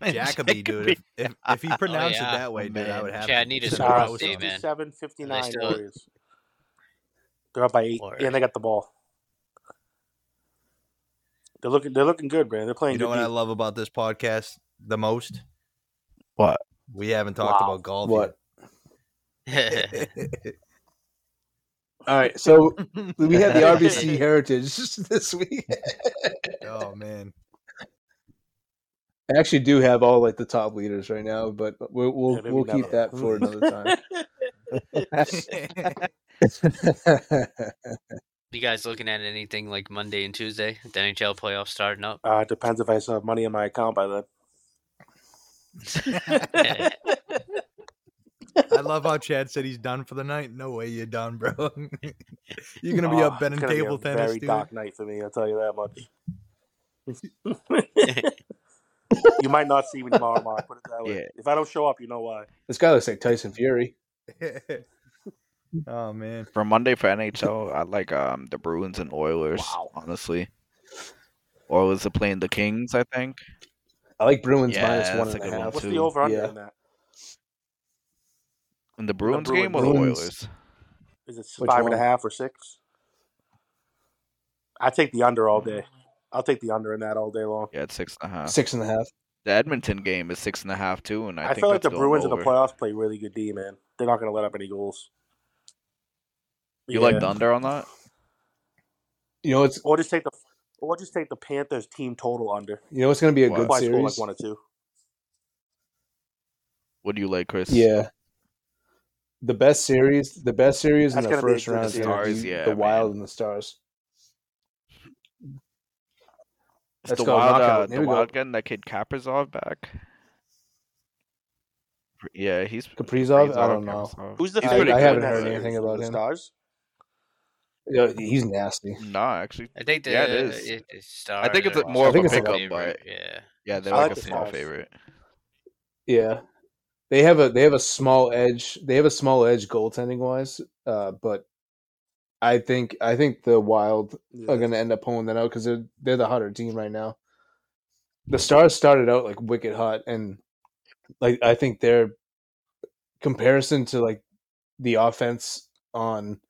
Speaker 4: Jacoby, dude. If, if, if he pronounced
Speaker 2: yeah.
Speaker 4: it that way, dude, I
Speaker 3: Man.
Speaker 4: would have.
Speaker 2: Chad,
Speaker 4: to-
Speaker 2: need a
Speaker 4: I
Speaker 2: score
Speaker 4: was-
Speaker 2: update, man.
Speaker 5: 57 59
Speaker 2: They still-
Speaker 5: Warriors. They're up by eight,
Speaker 2: Word.
Speaker 5: and they got the ball. They're looking. They're looking good, man. They're playing
Speaker 4: You know
Speaker 5: good.
Speaker 4: what I
Speaker 5: deep.
Speaker 4: love about this podcast the most?
Speaker 3: What?
Speaker 4: We haven't talked
Speaker 5: Wow.
Speaker 4: about golf.
Speaker 1: what?
Speaker 2: yeah,
Speaker 4: Yet.
Speaker 1: All right, so we had the RBC Heritage this week.
Speaker 4: oh man,
Speaker 1: I actually do have all like the top leaders right now, but we'll we'll,
Speaker 5: Yeah, maybe
Speaker 1: we'll keep that
Speaker 5: never.
Speaker 1: for another time.
Speaker 2: you guys looking at anything like Monday and Tuesday? The NHL playoffs starting up.
Speaker 5: Uh, it depends if I still have money in my account by then.
Speaker 2: Yeah,
Speaker 4: I love how Chad said he's done for the night. No way you're done, bro. you're gonna be
Speaker 5: Oh,
Speaker 4: up betting
Speaker 5: it's gonna be
Speaker 4: table
Speaker 5: a
Speaker 4: tennis,
Speaker 5: Very
Speaker 4: dude.
Speaker 5: dark night for me. I'll tell you that much. you might not see me tomorrow. Mark, put it that way.
Speaker 3: Yeah.
Speaker 5: If I don't show up, you know why.
Speaker 1: this guy looks like Tyson Fury.
Speaker 4: oh man,
Speaker 3: For Monday for NHL, I like um the Bruins and Oilers.
Speaker 5: Wow.
Speaker 3: Honestly, Oilers are playing the Kings. I think.
Speaker 1: I like Bruins
Speaker 3: Yeah,
Speaker 1: minus one
Speaker 3: that's
Speaker 1: and
Speaker 3: a
Speaker 1: a
Speaker 3: good one.
Speaker 1: half.
Speaker 5: What's
Speaker 3: Two.
Speaker 5: the over under
Speaker 1: Yeah.
Speaker 5: in that?
Speaker 3: In the Bruins
Speaker 5: Bruins.
Speaker 3: game or the
Speaker 1: Bruins.
Speaker 3: Oilers?
Speaker 5: Is it
Speaker 1: Which
Speaker 5: five and a half
Speaker 1: one?
Speaker 5: or six? I take the under all day. I'll take the under in that all day long.
Speaker 3: Yeah, it's six and a half.
Speaker 1: Six and a half.
Speaker 3: The Edmonton game is six and a half too, and I,
Speaker 5: I,
Speaker 3: think
Speaker 5: feel like
Speaker 3: that's
Speaker 5: the
Speaker 3: going
Speaker 5: Bruins
Speaker 3: over.
Speaker 5: in the playoffs play really good D, man. They're not going to let up any goals.
Speaker 3: You
Speaker 5: Yeah.
Speaker 3: like the under on that?
Speaker 1: You know it's
Speaker 5: Or just take the, or just take the Panthers team total under.
Speaker 1: you know it's going to be a
Speaker 3: Wow.
Speaker 1: good
Speaker 5: Probably score like
Speaker 1: series.
Speaker 5: one or two.
Speaker 3: What do you like, Chris?
Speaker 1: Yeah. The best series, the best series
Speaker 5: That's
Speaker 1: in the
Speaker 5: gonna be a
Speaker 1: first
Speaker 5: good
Speaker 1: round, is
Speaker 5: series.
Speaker 1: gonna be
Speaker 3: Stars, yeah,
Speaker 1: the Wild
Speaker 3: man.
Speaker 1: and the Stars.
Speaker 3: Is
Speaker 1: Let's
Speaker 3: the
Speaker 1: go,
Speaker 3: wild,
Speaker 1: knockout.
Speaker 3: uh,
Speaker 1: Here
Speaker 3: the
Speaker 1: we go.
Speaker 3: wild getting that kid Kaprizov back. Yeah, he's
Speaker 1: Kaprizov, I don't know.
Speaker 3: Kaprizov.
Speaker 5: Who's the
Speaker 3: He's
Speaker 1: I-
Speaker 3: pretty
Speaker 1: I
Speaker 3: good
Speaker 1: haven't
Speaker 3: in
Speaker 1: heard
Speaker 3: that
Speaker 1: anything
Speaker 3: series.
Speaker 1: about
Speaker 5: the
Speaker 1: him.
Speaker 5: Stars.
Speaker 1: Yeah, he's nasty.
Speaker 3: Nah, actually,
Speaker 2: I think the,
Speaker 3: Yeah, it is.
Speaker 2: It, it's
Speaker 3: I think it's a-
Speaker 2: Stars are
Speaker 3: more
Speaker 1: of a
Speaker 2: my
Speaker 1: pickup,
Speaker 2: favorite,
Speaker 3: but-
Speaker 2: yeah,
Speaker 3: yeah, they're
Speaker 5: I
Speaker 3: like,
Speaker 5: like
Speaker 3: a
Speaker 5: the
Speaker 3: small
Speaker 5: Stars.
Speaker 3: favorite.
Speaker 1: Yeah, they have a they have a small edge. They have a small edge goaltending wise, uh, but I think I think the Wild
Speaker 5: Yeah.
Speaker 1: are going to end up pulling that out because they're they're the hotter team right now. The Stars started out like wicked hot, and like I think their comparison to like the offense on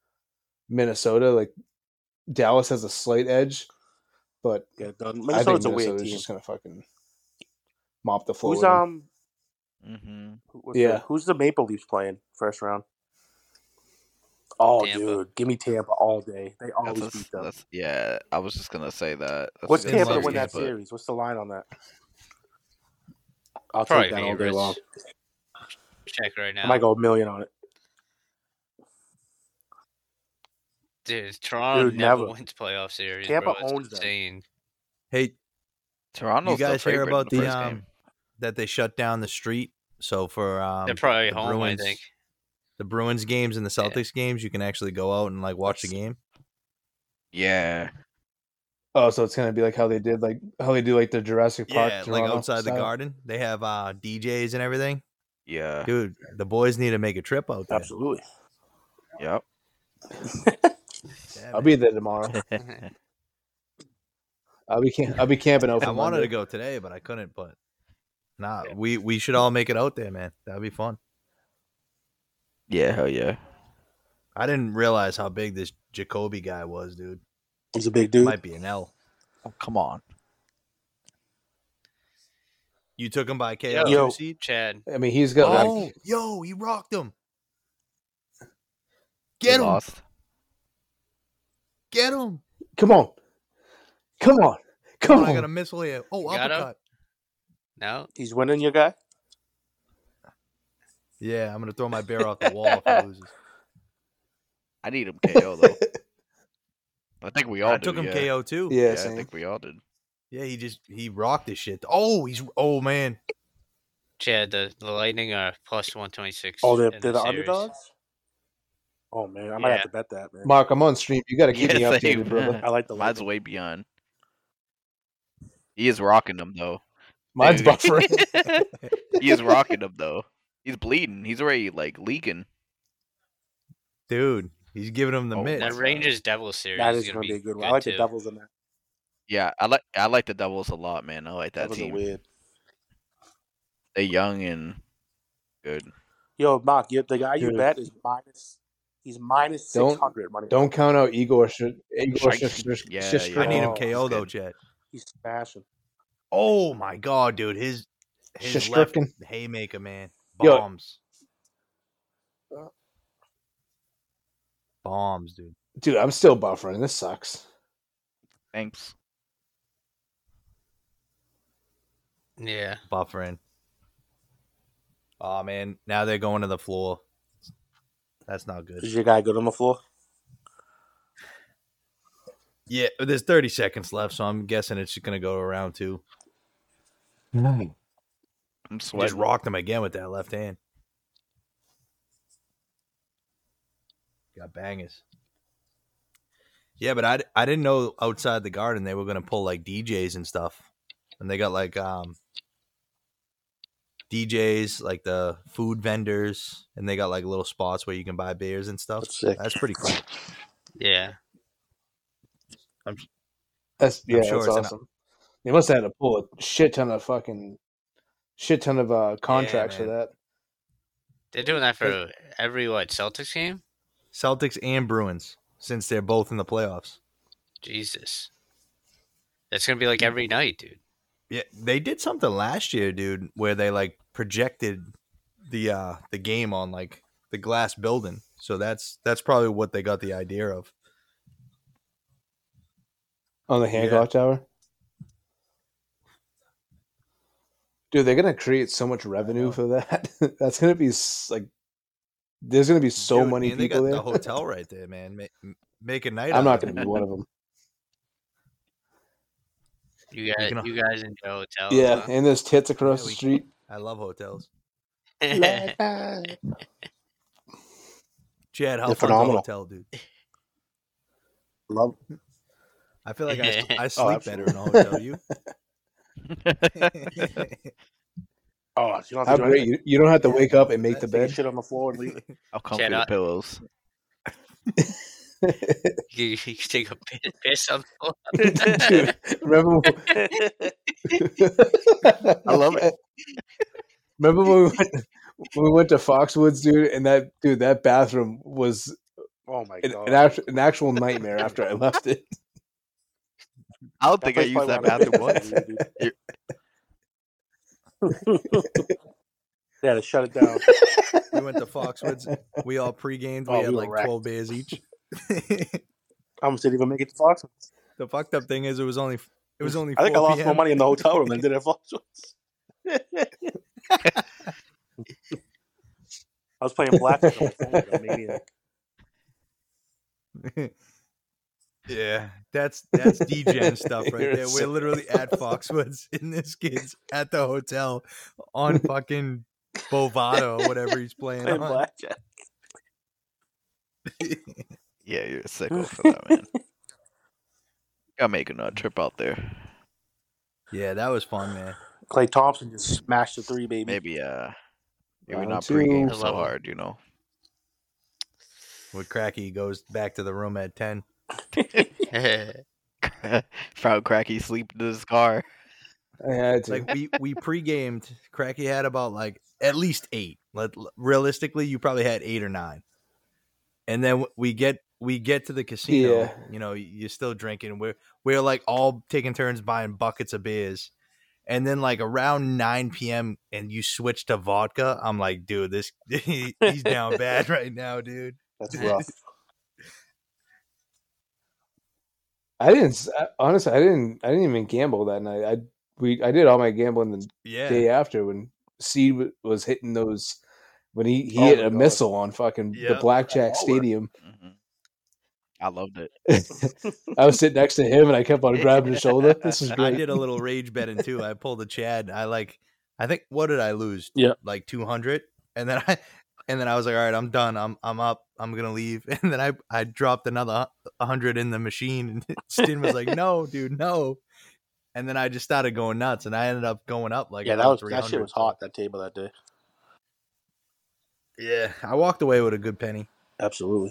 Speaker 1: Minnesota, like Dallas has a slight edge, but
Speaker 5: Yeah, done.
Speaker 1: I think
Speaker 5: Minnesota's a weird
Speaker 1: Minnesota's
Speaker 5: team.
Speaker 1: just going to fucking mop the floor.
Speaker 5: Who's
Speaker 1: with 'em.
Speaker 5: um?
Speaker 3: hmm
Speaker 5: who- what's the-
Speaker 1: Yeah.
Speaker 5: who's the Maple Leafs playing first round? Oh,
Speaker 2: Tampa.
Speaker 5: dude, give me Tampa all day. They
Speaker 3: That's
Speaker 5: always
Speaker 3: a s-
Speaker 5: beat them.
Speaker 3: that's- yeah, I was just gonna say that. That's a
Speaker 5: What's
Speaker 3: good
Speaker 5: Tampa to
Speaker 3: series,
Speaker 5: win that
Speaker 3: but
Speaker 5: series? What's the line on that? I'll
Speaker 2: Probably
Speaker 5: take that all day
Speaker 2: favorites.
Speaker 5: long.
Speaker 2: check right now.
Speaker 5: I might go a million on it.
Speaker 2: Dude, Toronto
Speaker 5: Dude,
Speaker 2: never
Speaker 5: never.
Speaker 2: wins playoff series. bro.
Speaker 5: Tampa
Speaker 2: It's
Speaker 5: owns them.
Speaker 2: insane.
Speaker 4: hey,
Speaker 3: Toronto's
Speaker 4: You guys
Speaker 3: the
Speaker 4: hear
Speaker 3: favorite in
Speaker 4: about
Speaker 3: the,
Speaker 4: the,
Speaker 3: first
Speaker 4: um,
Speaker 3: game.
Speaker 4: that they shut down the street. So for um,
Speaker 2: They're probably
Speaker 4: the
Speaker 2: home.
Speaker 4: Bruins-
Speaker 2: I think.
Speaker 4: the Bruins games and the
Speaker 2: Yeah.
Speaker 4: Celtics games, you can actually go out and like watch the game.
Speaker 3: Yeah,
Speaker 1: Oh, so it's going to be like how they did, like how they do, like the Jurassic Park,
Speaker 4: Yeah, like
Speaker 1: Toronto
Speaker 4: outside the
Speaker 1: style.
Speaker 4: garden, they have uh, DJs and everything.
Speaker 3: yeah,
Speaker 4: Dude, the boys need to make a trip out there.
Speaker 5: Absolutely.
Speaker 3: yep.
Speaker 4: Yeah,
Speaker 1: I'll
Speaker 4: man.
Speaker 1: be there tomorrow. I'll be camp- I'll be camping out.
Speaker 4: I
Speaker 1: for
Speaker 4: wanted
Speaker 1: Monday.
Speaker 4: to go today, but I couldn't. But nah, we we should all make it out there, man. That'd be fun.
Speaker 3: Yeah, hell yeah.
Speaker 4: I didn't realize how big this Jacoby guy was, dude.
Speaker 5: He's a big dude.
Speaker 4: Might be an L.
Speaker 3: Oh, come on.
Speaker 4: You took him by KO
Speaker 5: Yo.
Speaker 4: two seed.
Speaker 2: Chad.
Speaker 1: I mean, he's got
Speaker 4: Oh, yo, he rocked him.
Speaker 3: We
Speaker 4: Get him!
Speaker 3: lost.
Speaker 4: Get him!
Speaker 1: Come on, come on, come
Speaker 4: Come
Speaker 1: on.
Speaker 4: on, I got a missile here. Oh,
Speaker 2: You got him?
Speaker 4: uppercut.
Speaker 2: No,
Speaker 5: He's winning, your guy.
Speaker 4: Yeah, I'm gonna throw my bear off the wall if he loses.
Speaker 3: I need him KO though. I think we all
Speaker 4: I
Speaker 3: do,
Speaker 4: took him
Speaker 3: yeah.
Speaker 4: KO too.
Speaker 1: yeah,
Speaker 3: Yeah, I
Speaker 1: same.
Speaker 3: think we all did.
Speaker 4: Yeah, he just he rocked this shit. Oh, he's oh man.
Speaker 2: Chad. The, the Lightning are plus one twenty six.
Speaker 5: Oh, they're, they're the underdogs. Oh man, I might have
Speaker 2: Yeah.
Speaker 5: to bet that man.
Speaker 1: Mark, I'm on stream. You got to keep
Speaker 3: Yeah,
Speaker 1: me updated,
Speaker 3: same.
Speaker 1: brother.
Speaker 5: I like the
Speaker 3: Mine's
Speaker 5: Lightning.
Speaker 3: way beyond. He is rocking them though.
Speaker 1: Mine's
Speaker 3: Dude.
Speaker 1: buffering.
Speaker 3: he is rocking them though. He's bleeding. He's already like leaking.
Speaker 4: Dude, he's giving him the
Speaker 3: Oh,
Speaker 4: mitts.
Speaker 2: That Rangers Devil series
Speaker 5: That
Speaker 2: is
Speaker 5: is
Speaker 2: going to be,
Speaker 5: a good one.
Speaker 2: Good
Speaker 5: I like
Speaker 2: too.
Speaker 5: the Devils in that.
Speaker 3: Yeah, I like I like the Devils a lot, man. I like that
Speaker 5: Devils are
Speaker 3: team.
Speaker 5: weird.
Speaker 3: They're young and good.
Speaker 5: Yo, Mark, you, the guy you
Speaker 1: Dude.
Speaker 5: bet is minus. He's minus
Speaker 1: Don't-
Speaker 5: six hundred money.
Speaker 1: Don't count out Igor. Sh- Igor uh,
Speaker 3: Shite.
Speaker 1: Sh- Sh-
Speaker 3: Yeah,
Speaker 1: Shishkin.
Speaker 4: I need him
Speaker 5: Oh,
Speaker 4: KO
Speaker 3: he's
Speaker 4: though,
Speaker 3: good.
Speaker 4: Chet.
Speaker 5: He's smashing.
Speaker 4: Oh my god, dude, his his left
Speaker 1: Shishkin.
Speaker 4: haymaker, man,
Speaker 1: Yo.
Speaker 4: bombs, bombs, dude.
Speaker 1: Dude, I'm still buffering. This sucks.
Speaker 3: Thanks.
Speaker 2: Yeah,
Speaker 4: Buffering. Oh man, now they're going to the floor. That's not good.
Speaker 5: Is your guy good on the floor?
Speaker 4: Yeah, there's 30 seconds left, so I'm guessing it's just gonna go to round two.
Speaker 3: I'm
Speaker 4: He Just
Speaker 3: sweating.
Speaker 4: rocked him again with that left hand. Got bangers. Yeah, but I, I didn't know outside the garden they were going to pull like DJs and stuff. And they got like um DJs, like the food vendors, and they got like little spots where you can buy beers and stuff.
Speaker 5: That's sick.
Speaker 4: That's pretty cool.
Speaker 2: yeah.
Speaker 1: That's
Speaker 4: I'm
Speaker 1: yeah,
Speaker 4: sure
Speaker 1: that's
Speaker 4: it's an-
Speaker 1: awesome. They must have had to pull a shit ton of fucking shit ton of uh, contracts for
Speaker 4: man.
Speaker 1: that.
Speaker 2: They're doing that for every what Celtics game.
Speaker 4: Celtics and Bruins, since they're both in the playoffs.
Speaker 2: Jesus, that's going to be like every night, dude.
Speaker 4: Yeah, they did something last year, dude, where they like projected the uh the game on like the glass building. So that's that's probably what they got the idea of.
Speaker 1: On the Hancock Tower. Dude, they're gonna create so much revenue
Speaker 4: know.
Speaker 1: for that. That's gonna be s- like, there's gonna be so
Speaker 4: Dude,
Speaker 1: many
Speaker 4: man,
Speaker 1: people
Speaker 4: they
Speaker 1: there.
Speaker 4: got the hotel right there, man. Make, make a night.
Speaker 1: I'm
Speaker 4: out
Speaker 1: not
Speaker 4: of it.
Speaker 1: gonna be one of them.
Speaker 2: You guys,
Speaker 4: can-
Speaker 2: you guys in the hotel.
Speaker 1: yeah, and there's tits across
Speaker 4: Yeah,
Speaker 1: the
Speaker 4: we-
Speaker 1: street.
Speaker 4: I love hotels.
Speaker 2: huh?
Speaker 4: oh. Chad, how
Speaker 5: They're
Speaker 4: fun's a
Speaker 5: phenomenal.
Speaker 4: hotel, dude?
Speaker 5: Love.
Speaker 4: I feel like I, I
Speaker 5: Oh,
Speaker 4: sleep better in a hotel. do You?
Speaker 5: Oh, you don't
Speaker 1: How
Speaker 5: have to do
Speaker 1: great!
Speaker 5: anything.
Speaker 1: You, you don't have to wake up and make the
Speaker 4: That's
Speaker 5: Take a
Speaker 1: bed.
Speaker 5: shit on the floor and leave.
Speaker 3: I'll come
Speaker 2: Chad,
Speaker 3: the
Speaker 2: I-
Speaker 3: pillows.
Speaker 2: you, you can take a piss, piss on the
Speaker 1: Dude, remember?
Speaker 3: I love it.
Speaker 1: Remember when we went, when we went to Foxwoods, dude, and that dude, that bathroom was
Speaker 5: Oh my
Speaker 1: an,
Speaker 5: god.
Speaker 1: an, act, an actual nightmare after I left it.
Speaker 3: I don't
Speaker 5: That
Speaker 3: think I
Speaker 5: place
Speaker 3: used that
Speaker 5: probably went
Speaker 3: bathroom
Speaker 5: out
Speaker 3: once.
Speaker 5: of business, dude. They had to shut it down.
Speaker 4: we went to Foxwoods. We all pre-gamed. We
Speaker 5: Oh,
Speaker 4: had
Speaker 5: we were
Speaker 4: like
Speaker 5: wrecked.
Speaker 4: 12 beers each.
Speaker 5: I'm didn't even make it to Fox.
Speaker 4: the fucked up thing is, it was only it was only.
Speaker 5: I think I
Speaker 4: 4
Speaker 5: lost more
Speaker 4: PM.
Speaker 5: money in the hotel room than I did at Fox. I was playing blackjack on my phone like a maniac.
Speaker 4: yeah, that's that's DGen stuff right
Speaker 1: You're
Speaker 4: there.
Speaker 1: sick.
Speaker 4: We're literally at Foxwoods, and this kid's at the hotel on fucking Bovado or whatever he's playing
Speaker 5: Playing
Speaker 4: on.
Speaker 5: blackjack.
Speaker 3: Yeah, you're a sicko for that, man. Gotta make another trip out there.
Speaker 4: Yeah, that was fun, man.
Speaker 5: Clay Thompson just smashed the three, baby.
Speaker 3: Maybe uh, maybe
Speaker 1: Round
Speaker 3: not
Speaker 1: two.
Speaker 3: pregame
Speaker 2: I
Speaker 3: so
Speaker 2: love 'em.
Speaker 3: hard, you know.
Speaker 4: When Cracky goes back to the room at ten,
Speaker 2: floor.
Speaker 3: Found Cracky sleeping in his car.
Speaker 1: I had to.
Speaker 4: like we we pre-gamed. Cracky had about like at least eight. Like realistically, you probably had eight or nine. And then w- we get we get to the casino.
Speaker 1: Yeah.
Speaker 4: You know, you're still drinking. We're we're like all taking turns buying buckets of beers. and then like around 9 p.m. and you switch to vodka, I'm like, dude, this he's down bad right now, dude.
Speaker 5: That's rough.
Speaker 1: I didn't s- I- honestly. I didn't. I didn't even gamble that night. I we I did all my gambling the
Speaker 4: Yeah.
Speaker 1: day after when Seed w- was hitting those when he he
Speaker 5: Oh
Speaker 1: hit
Speaker 5: my
Speaker 1: a
Speaker 5: God.
Speaker 1: missile on fucking the
Speaker 4: Yep.
Speaker 1: Blackjack
Speaker 5: Baller.
Speaker 1: Stadium.
Speaker 3: hmm I loved it.
Speaker 1: I was sitting next to him and I kept on grabbing his shoulder. This is
Speaker 4: I
Speaker 1: great.
Speaker 4: did a little rage betting too. I pulled a Chad. I like, I think what did I lose?
Speaker 5: Yeah.
Speaker 4: like two hundred, and then I, and then I was like, all right, I'm done. I'm I'm up. I'm gonna leave. And then I I dropped another hu- hundred in the machine, and Stin was like, no, dude, no. And then I just started going nuts, and I ended up going up like
Speaker 5: yeah, that
Speaker 4: around
Speaker 5: was that shit
Speaker 4: 300.
Speaker 5: was hot. That table that day.
Speaker 4: Yeah, I walked away with a good penny.
Speaker 5: Absolutely.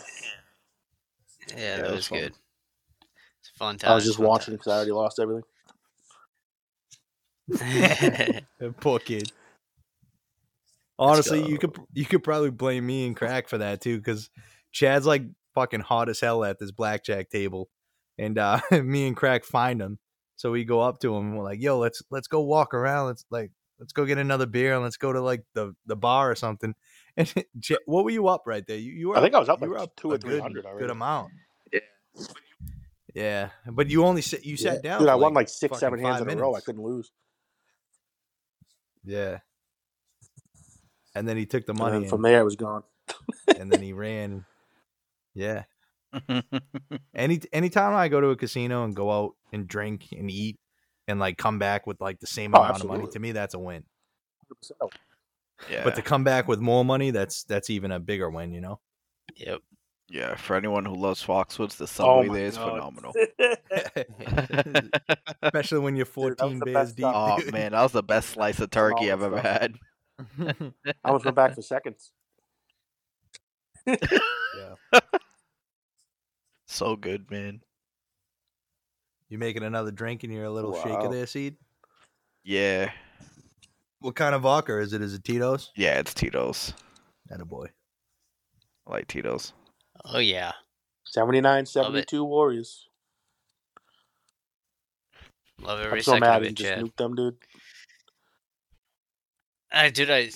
Speaker 2: Yeah,
Speaker 5: that
Speaker 2: that
Speaker 5: was
Speaker 2: was
Speaker 5: fun.
Speaker 2: good. It's a fun time.
Speaker 5: I was just watching because I already lost everything.
Speaker 2: already.
Speaker 4: Poor kid. Honestly, you
Speaker 2: go.
Speaker 4: could you could probably blame me and Crack for that too, because Chad's like fucking hot as hell at this blackjack table, and uh, me and Crack find him, so we go up to him and we're like, "Yo, let's let's go walk around. Let's like let's go get another beer and let's go to like the the bar or something." And Chad, what were you up right there? You, you were
Speaker 5: I think I was up
Speaker 4: you
Speaker 5: like
Speaker 4: were up
Speaker 5: two or
Speaker 4: a good-
Speaker 5: 300
Speaker 4: good
Speaker 5: already.
Speaker 4: amount.
Speaker 3: Yeah.
Speaker 4: Yeah, but you only sit. You sat
Speaker 5: Yeah.
Speaker 4: down.
Speaker 5: Dude, I
Speaker 4: for,
Speaker 5: won like six,
Speaker 4: fucking
Speaker 5: seven hands in
Speaker 4: five
Speaker 5: a row. I
Speaker 4: minutes.
Speaker 5: couldn't lose.
Speaker 4: Yeah. And then he took the
Speaker 5: And
Speaker 4: money
Speaker 5: then
Speaker 4: and,
Speaker 5: from there, it was gone.
Speaker 4: and then he ran. Yeah. Any anytime I go to a casino and go out and drink and eat and like come back with like the same
Speaker 5: Oh,
Speaker 4: amount of money,
Speaker 5: absolutely.
Speaker 4: to me that's a win.
Speaker 5: 100%.
Speaker 3: yeah,
Speaker 4: But to come back with more money, that's that's even a bigger win, you know?
Speaker 2: yep.
Speaker 3: yeah. For anyone who loves Foxwoods, the
Speaker 5: Oh
Speaker 3: subway
Speaker 5: my
Speaker 3: there is
Speaker 5: God.
Speaker 3: phenomenal.
Speaker 4: Especially when you're
Speaker 5: Dude, that was
Speaker 4: 14
Speaker 5: the
Speaker 4: bears
Speaker 5: best
Speaker 4: deep.
Speaker 3: oh
Speaker 4: dude.
Speaker 3: man, that was the best slice of turkey I've ever had.
Speaker 5: I almost went back for seconds.
Speaker 4: yeah.
Speaker 3: So good, man.
Speaker 4: You making another drink and you're a little shaker
Speaker 5: Wow.
Speaker 4: there, seed?
Speaker 3: Yeah,
Speaker 4: What kind of vodka is it? Is it Tito's?
Speaker 3: yeah. It's Tito's.
Speaker 4: That a boy.
Speaker 3: I like Tito's.
Speaker 2: Oh yeah.
Speaker 5: 79,
Speaker 2: Love it.
Speaker 5: 72 Warriors.
Speaker 2: Love every
Speaker 5: I'm so
Speaker 2: second
Speaker 5: mad
Speaker 2: of
Speaker 5: he
Speaker 2: it,
Speaker 5: just
Speaker 2: Chad.
Speaker 5: nuked them, dude.
Speaker 2: I, dude, I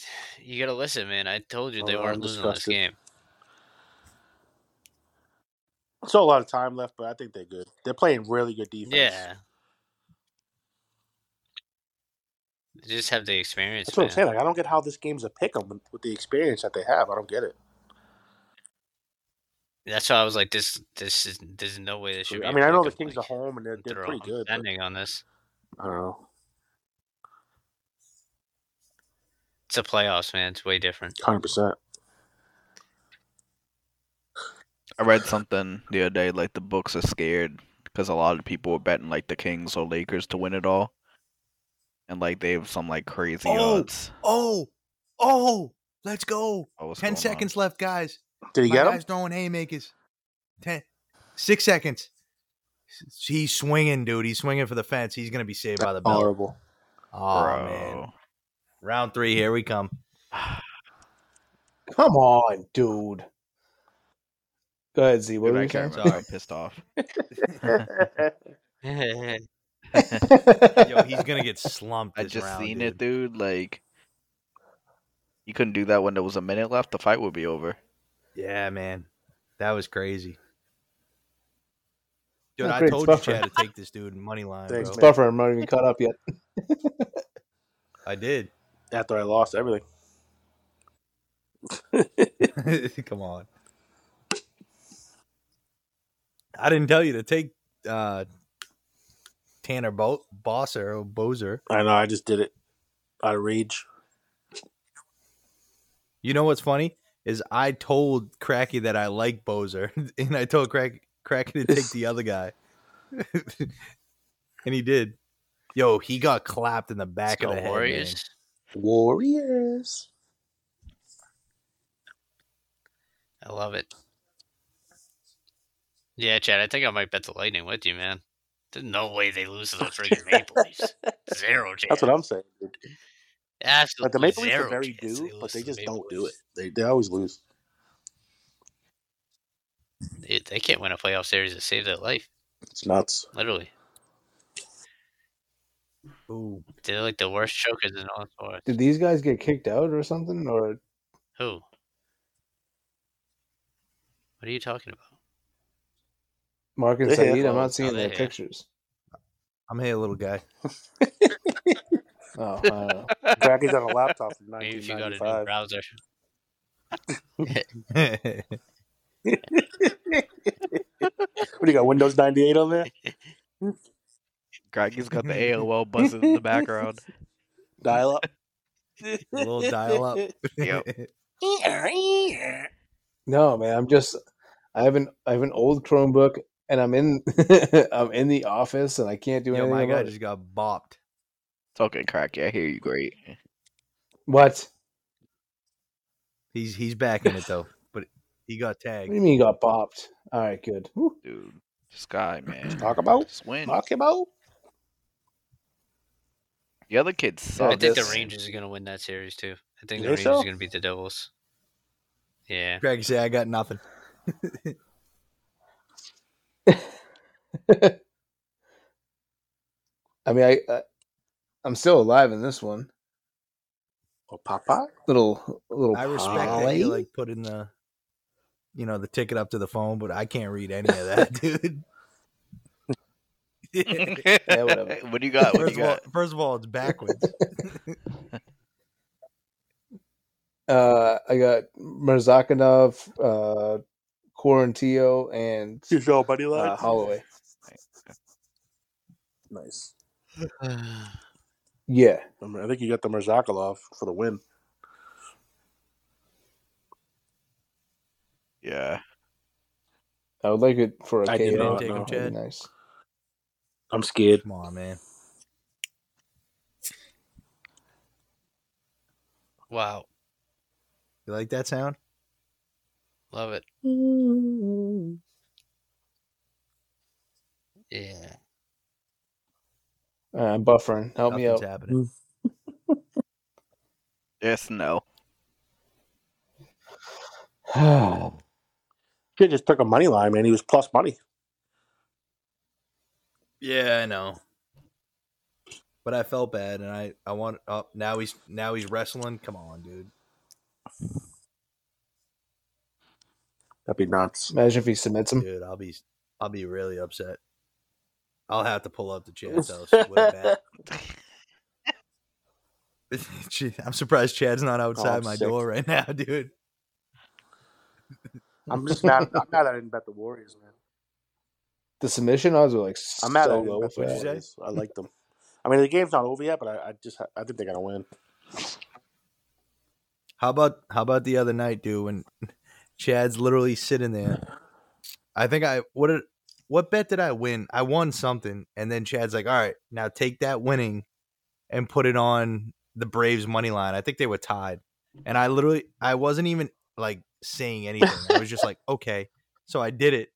Speaker 2: you gotta listen, man. I told you they
Speaker 5: Oh, I'm
Speaker 2: weren't losing this
Speaker 5: disgusted.
Speaker 2: game.
Speaker 5: Still a lot of time left, but I think they're good. They're playing really good defense.
Speaker 2: Yeah. They just have the experience.
Speaker 5: That's what I'm
Speaker 2: man.
Speaker 5: saying. Like, I don't get how this game's a pick 'em with the experience that they have. I don't get it.
Speaker 2: That's why I was like, this, this is, there's no way this should be.
Speaker 5: I
Speaker 2: a
Speaker 5: mean, I know the
Speaker 2: pick 'em,
Speaker 5: Kings are
Speaker 2: like,
Speaker 5: home and they're, they're
Speaker 2: they're
Speaker 5: pretty
Speaker 2: all
Speaker 5: good. but
Speaker 2: Depending on this,
Speaker 5: I don't know.
Speaker 2: it's a playoffs, man. It's way different.
Speaker 5: 100%.
Speaker 3: I read something the other day like the books are scared because a lot of people were betting like the Kings or Lakers to win it all, and like they have some like crazy
Speaker 4: Oh,
Speaker 3: odds.
Speaker 4: Oh, oh, let's go.
Speaker 3: Oh, what's
Speaker 4: 10
Speaker 3: going on?
Speaker 4: seconds left, guys.
Speaker 5: Did he
Speaker 4: My
Speaker 5: get
Speaker 4: guy's
Speaker 5: him?
Speaker 4: throwing haymakers. Ten, six seconds. S- He's swinging, dude. He's swinging for the fence. He's gonna be saved by the bell.
Speaker 5: Horrible.
Speaker 4: Oh man! Round three, here we come.
Speaker 1: Come on, dude. Go ahead, Z. What
Speaker 3: Dude,
Speaker 1: were
Speaker 3: I
Speaker 1: you saying?
Speaker 3: can't remember. I'm pissed off.
Speaker 2: That's
Speaker 4: Yo, he's gonna get slumped.
Speaker 3: I
Speaker 4: this
Speaker 3: just
Speaker 4: round,
Speaker 3: seen
Speaker 4: dude.
Speaker 3: it, dude. Like, you couldn't do that when there was a minute left. The fight would be over.
Speaker 4: Yeah, man, that was crazy. Dude,
Speaker 1: Not
Speaker 4: I
Speaker 1: great
Speaker 4: told you,
Speaker 1: buffer.
Speaker 4: Chad, to take this dude money line,
Speaker 5: Thanks,
Speaker 4: bro.
Speaker 5: man.
Speaker 1: Buffer, I'm not even caught up yet.
Speaker 4: I did.
Speaker 5: After I lost everything.
Speaker 4: Come on. I didn't tell you to take uh, Tanner Bo- Bosser or Bozer.
Speaker 5: I know. I just did it out of rage.
Speaker 4: You know what's funny is I told Cracky that I like Bozer, and I told Crack Cracky to take the other guy, and he did. Yo, he got clapped in the back
Speaker 2: go
Speaker 4: of the
Speaker 2: Warriors.
Speaker 4: head. man.
Speaker 5: Warriors.
Speaker 2: I love it. Yeah, Chad, I think I might bet the Lightning with you, man. There's no way they lose to the friggin' Maple Leafs. Zero chance.
Speaker 5: That's what I'm saying. Dude.
Speaker 2: Absolutely
Speaker 5: Like the Maple Leafs
Speaker 2: zero
Speaker 5: are very
Speaker 2: chance
Speaker 5: due, but
Speaker 2: lose
Speaker 5: they
Speaker 2: to the
Speaker 5: just
Speaker 2: Maple
Speaker 5: don't do it.
Speaker 2: Leafs.
Speaker 5: They, they always lose.
Speaker 2: They, they can't win a playoff series to save their life,
Speaker 5: It's nuts.
Speaker 2: literally.
Speaker 4: Ooh.
Speaker 2: They're like the worst chokers in all sports.
Speaker 1: Did these guys get kicked out or something? Or
Speaker 2: Who? What are you talking about?
Speaker 1: Mark and
Speaker 5: They have
Speaker 1: Saeed? I'm
Speaker 4: Oh,
Speaker 5: all-
Speaker 1: not seeing
Speaker 2: they
Speaker 1: their
Speaker 2: have.
Speaker 1: pictures.
Speaker 4: I'm here, little guy.
Speaker 1: Oh, I don't know.
Speaker 5: Cracker's on a laptop from
Speaker 2: Maybe if you got a new
Speaker 5: 1995.
Speaker 2: browser.
Speaker 5: What do you got? Windows 98 on there?
Speaker 3: Cracky's got the AOL buzzing in the background.
Speaker 5: Dial up.
Speaker 4: little dial-up.
Speaker 3: Yep.
Speaker 1: no, man. I'm just. I have an I have an old Chromebook, and I'm in I'm in the office, and I can't do
Speaker 4: Yo,
Speaker 1: anything.
Speaker 4: my guy
Speaker 1: about it.
Speaker 4: just got bopped.
Speaker 3: It's okay, Cracky. I hear you great.
Speaker 1: What?
Speaker 4: He's he's back in it though, but he got
Speaker 1: What
Speaker 4: tagged.
Speaker 1: do you mean you got bopped? All right, good. Whew.
Speaker 3: Dude, this guy, man.
Speaker 5: Talk about-
Speaker 3: Just win.
Speaker 5: Talk about.
Speaker 3: The other kids
Speaker 1: Oh,
Speaker 2: I
Speaker 3: suck.
Speaker 2: think the
Speaker 1: this-
Speaker 2: Rangers are gonna win that series too. I think
Speaker 5: You
Speaker 2: the
Speaker 5: think
Speaker 2: Rangers
Speaker 5: so?
Speaker 2: are gonna beat the Devils. Yeah.
Speaker 4: Craig said, "I got nothing."
Speaker 1: I mean, I, I I'm still alive in this one.
Speaker 5: Oh, Papa?
Speaker 1: Little little.
Speaker 4: I respect that
Speaker 1: Polly?
Speaker 4: you like putting the, you know, the ticket up to the phone, but I can't read any of that, dude.
Speaker 1: Yeah, whatever.
Speaker 3: what do you got? What do
Speaker 4: First
Speaker 3: you
Speaker 4: of, all,
Speaker 3: got?
Speaker 4: first of all, it's backwards.
Speaker 1: Uh, I got Mirzakhanov, uh, Quarantillo, and
Speaker 5: You show buddy
Speaker 1: uh,
Speaker 5: lad?
Speaker 1: Holloway.
Speaker 5: nice.
Speaker 1: Yeah,
Speaker 5: I, mean, I think you got the Merzakalov for the win.
Speaker 3: Yeah.
Speaker 1: I would like it for a
Speaker 5: I did
Speaker 1: KO.
Speaker 4: not know.
Speaker 1: That'd be nice.
Speaker 5: I'm scared.
Speaker 4: Come on, man.
Speaker 2: Wow.
Speaker 4: You like that sound?
Speaker 2: Love it. Yeah.
Speaker 1: All right, I'm buffering. Help me out.
Speaker 4: Nothing's happening.
Speaker 3: Yes, no.
Speaker 5: Kid just took a money line, man. He was plus money.
Speaker 4: Yeah, I know. But I felt bad, and I I want. Oh, now he's now he's wrestling. Come on, dude.
Speaker 5: That'd be nuts.
Speaker 1: Imagine if he submits him.
Speaker 4: Dude, I'll be I'll be really upset. I'll have to pull up the Chad's house with a bat. Gee, I'm surprised Chad's not outside
Speaker 5: Oh, I'm
Speaker 4: my
Speaker 5: sick.
Speaker 4: door right now, dude.
Speaker 5: I'm just mad. I'm mad I didn't bet the Warriors, man.
Speaker 1: The submission odds are like
Speaker 5: I'm mad I
Speaker 1: so
Speaker 5: didn't
Speaker 1: low
Speaker 5: bet
Speaker 1: for
Speaker 5: the
Speaker 4: What'd you
Speaker 1: that.
Speaker 4: say?
Speaker 5: Warriors. I like them. I mean, the game's not over yet, but I, I just I think they're gonna win.
Speaker 4: How about how about the other night, dude, when Chad's literally sitting there. I think I what did what bet did I win? I won something, and then Chad's like, "All right, now take that winning and put it on the Braves money line." I think they were tied, and I literally I wasn't even like saying anything. I was just like, "Okay," so I did it,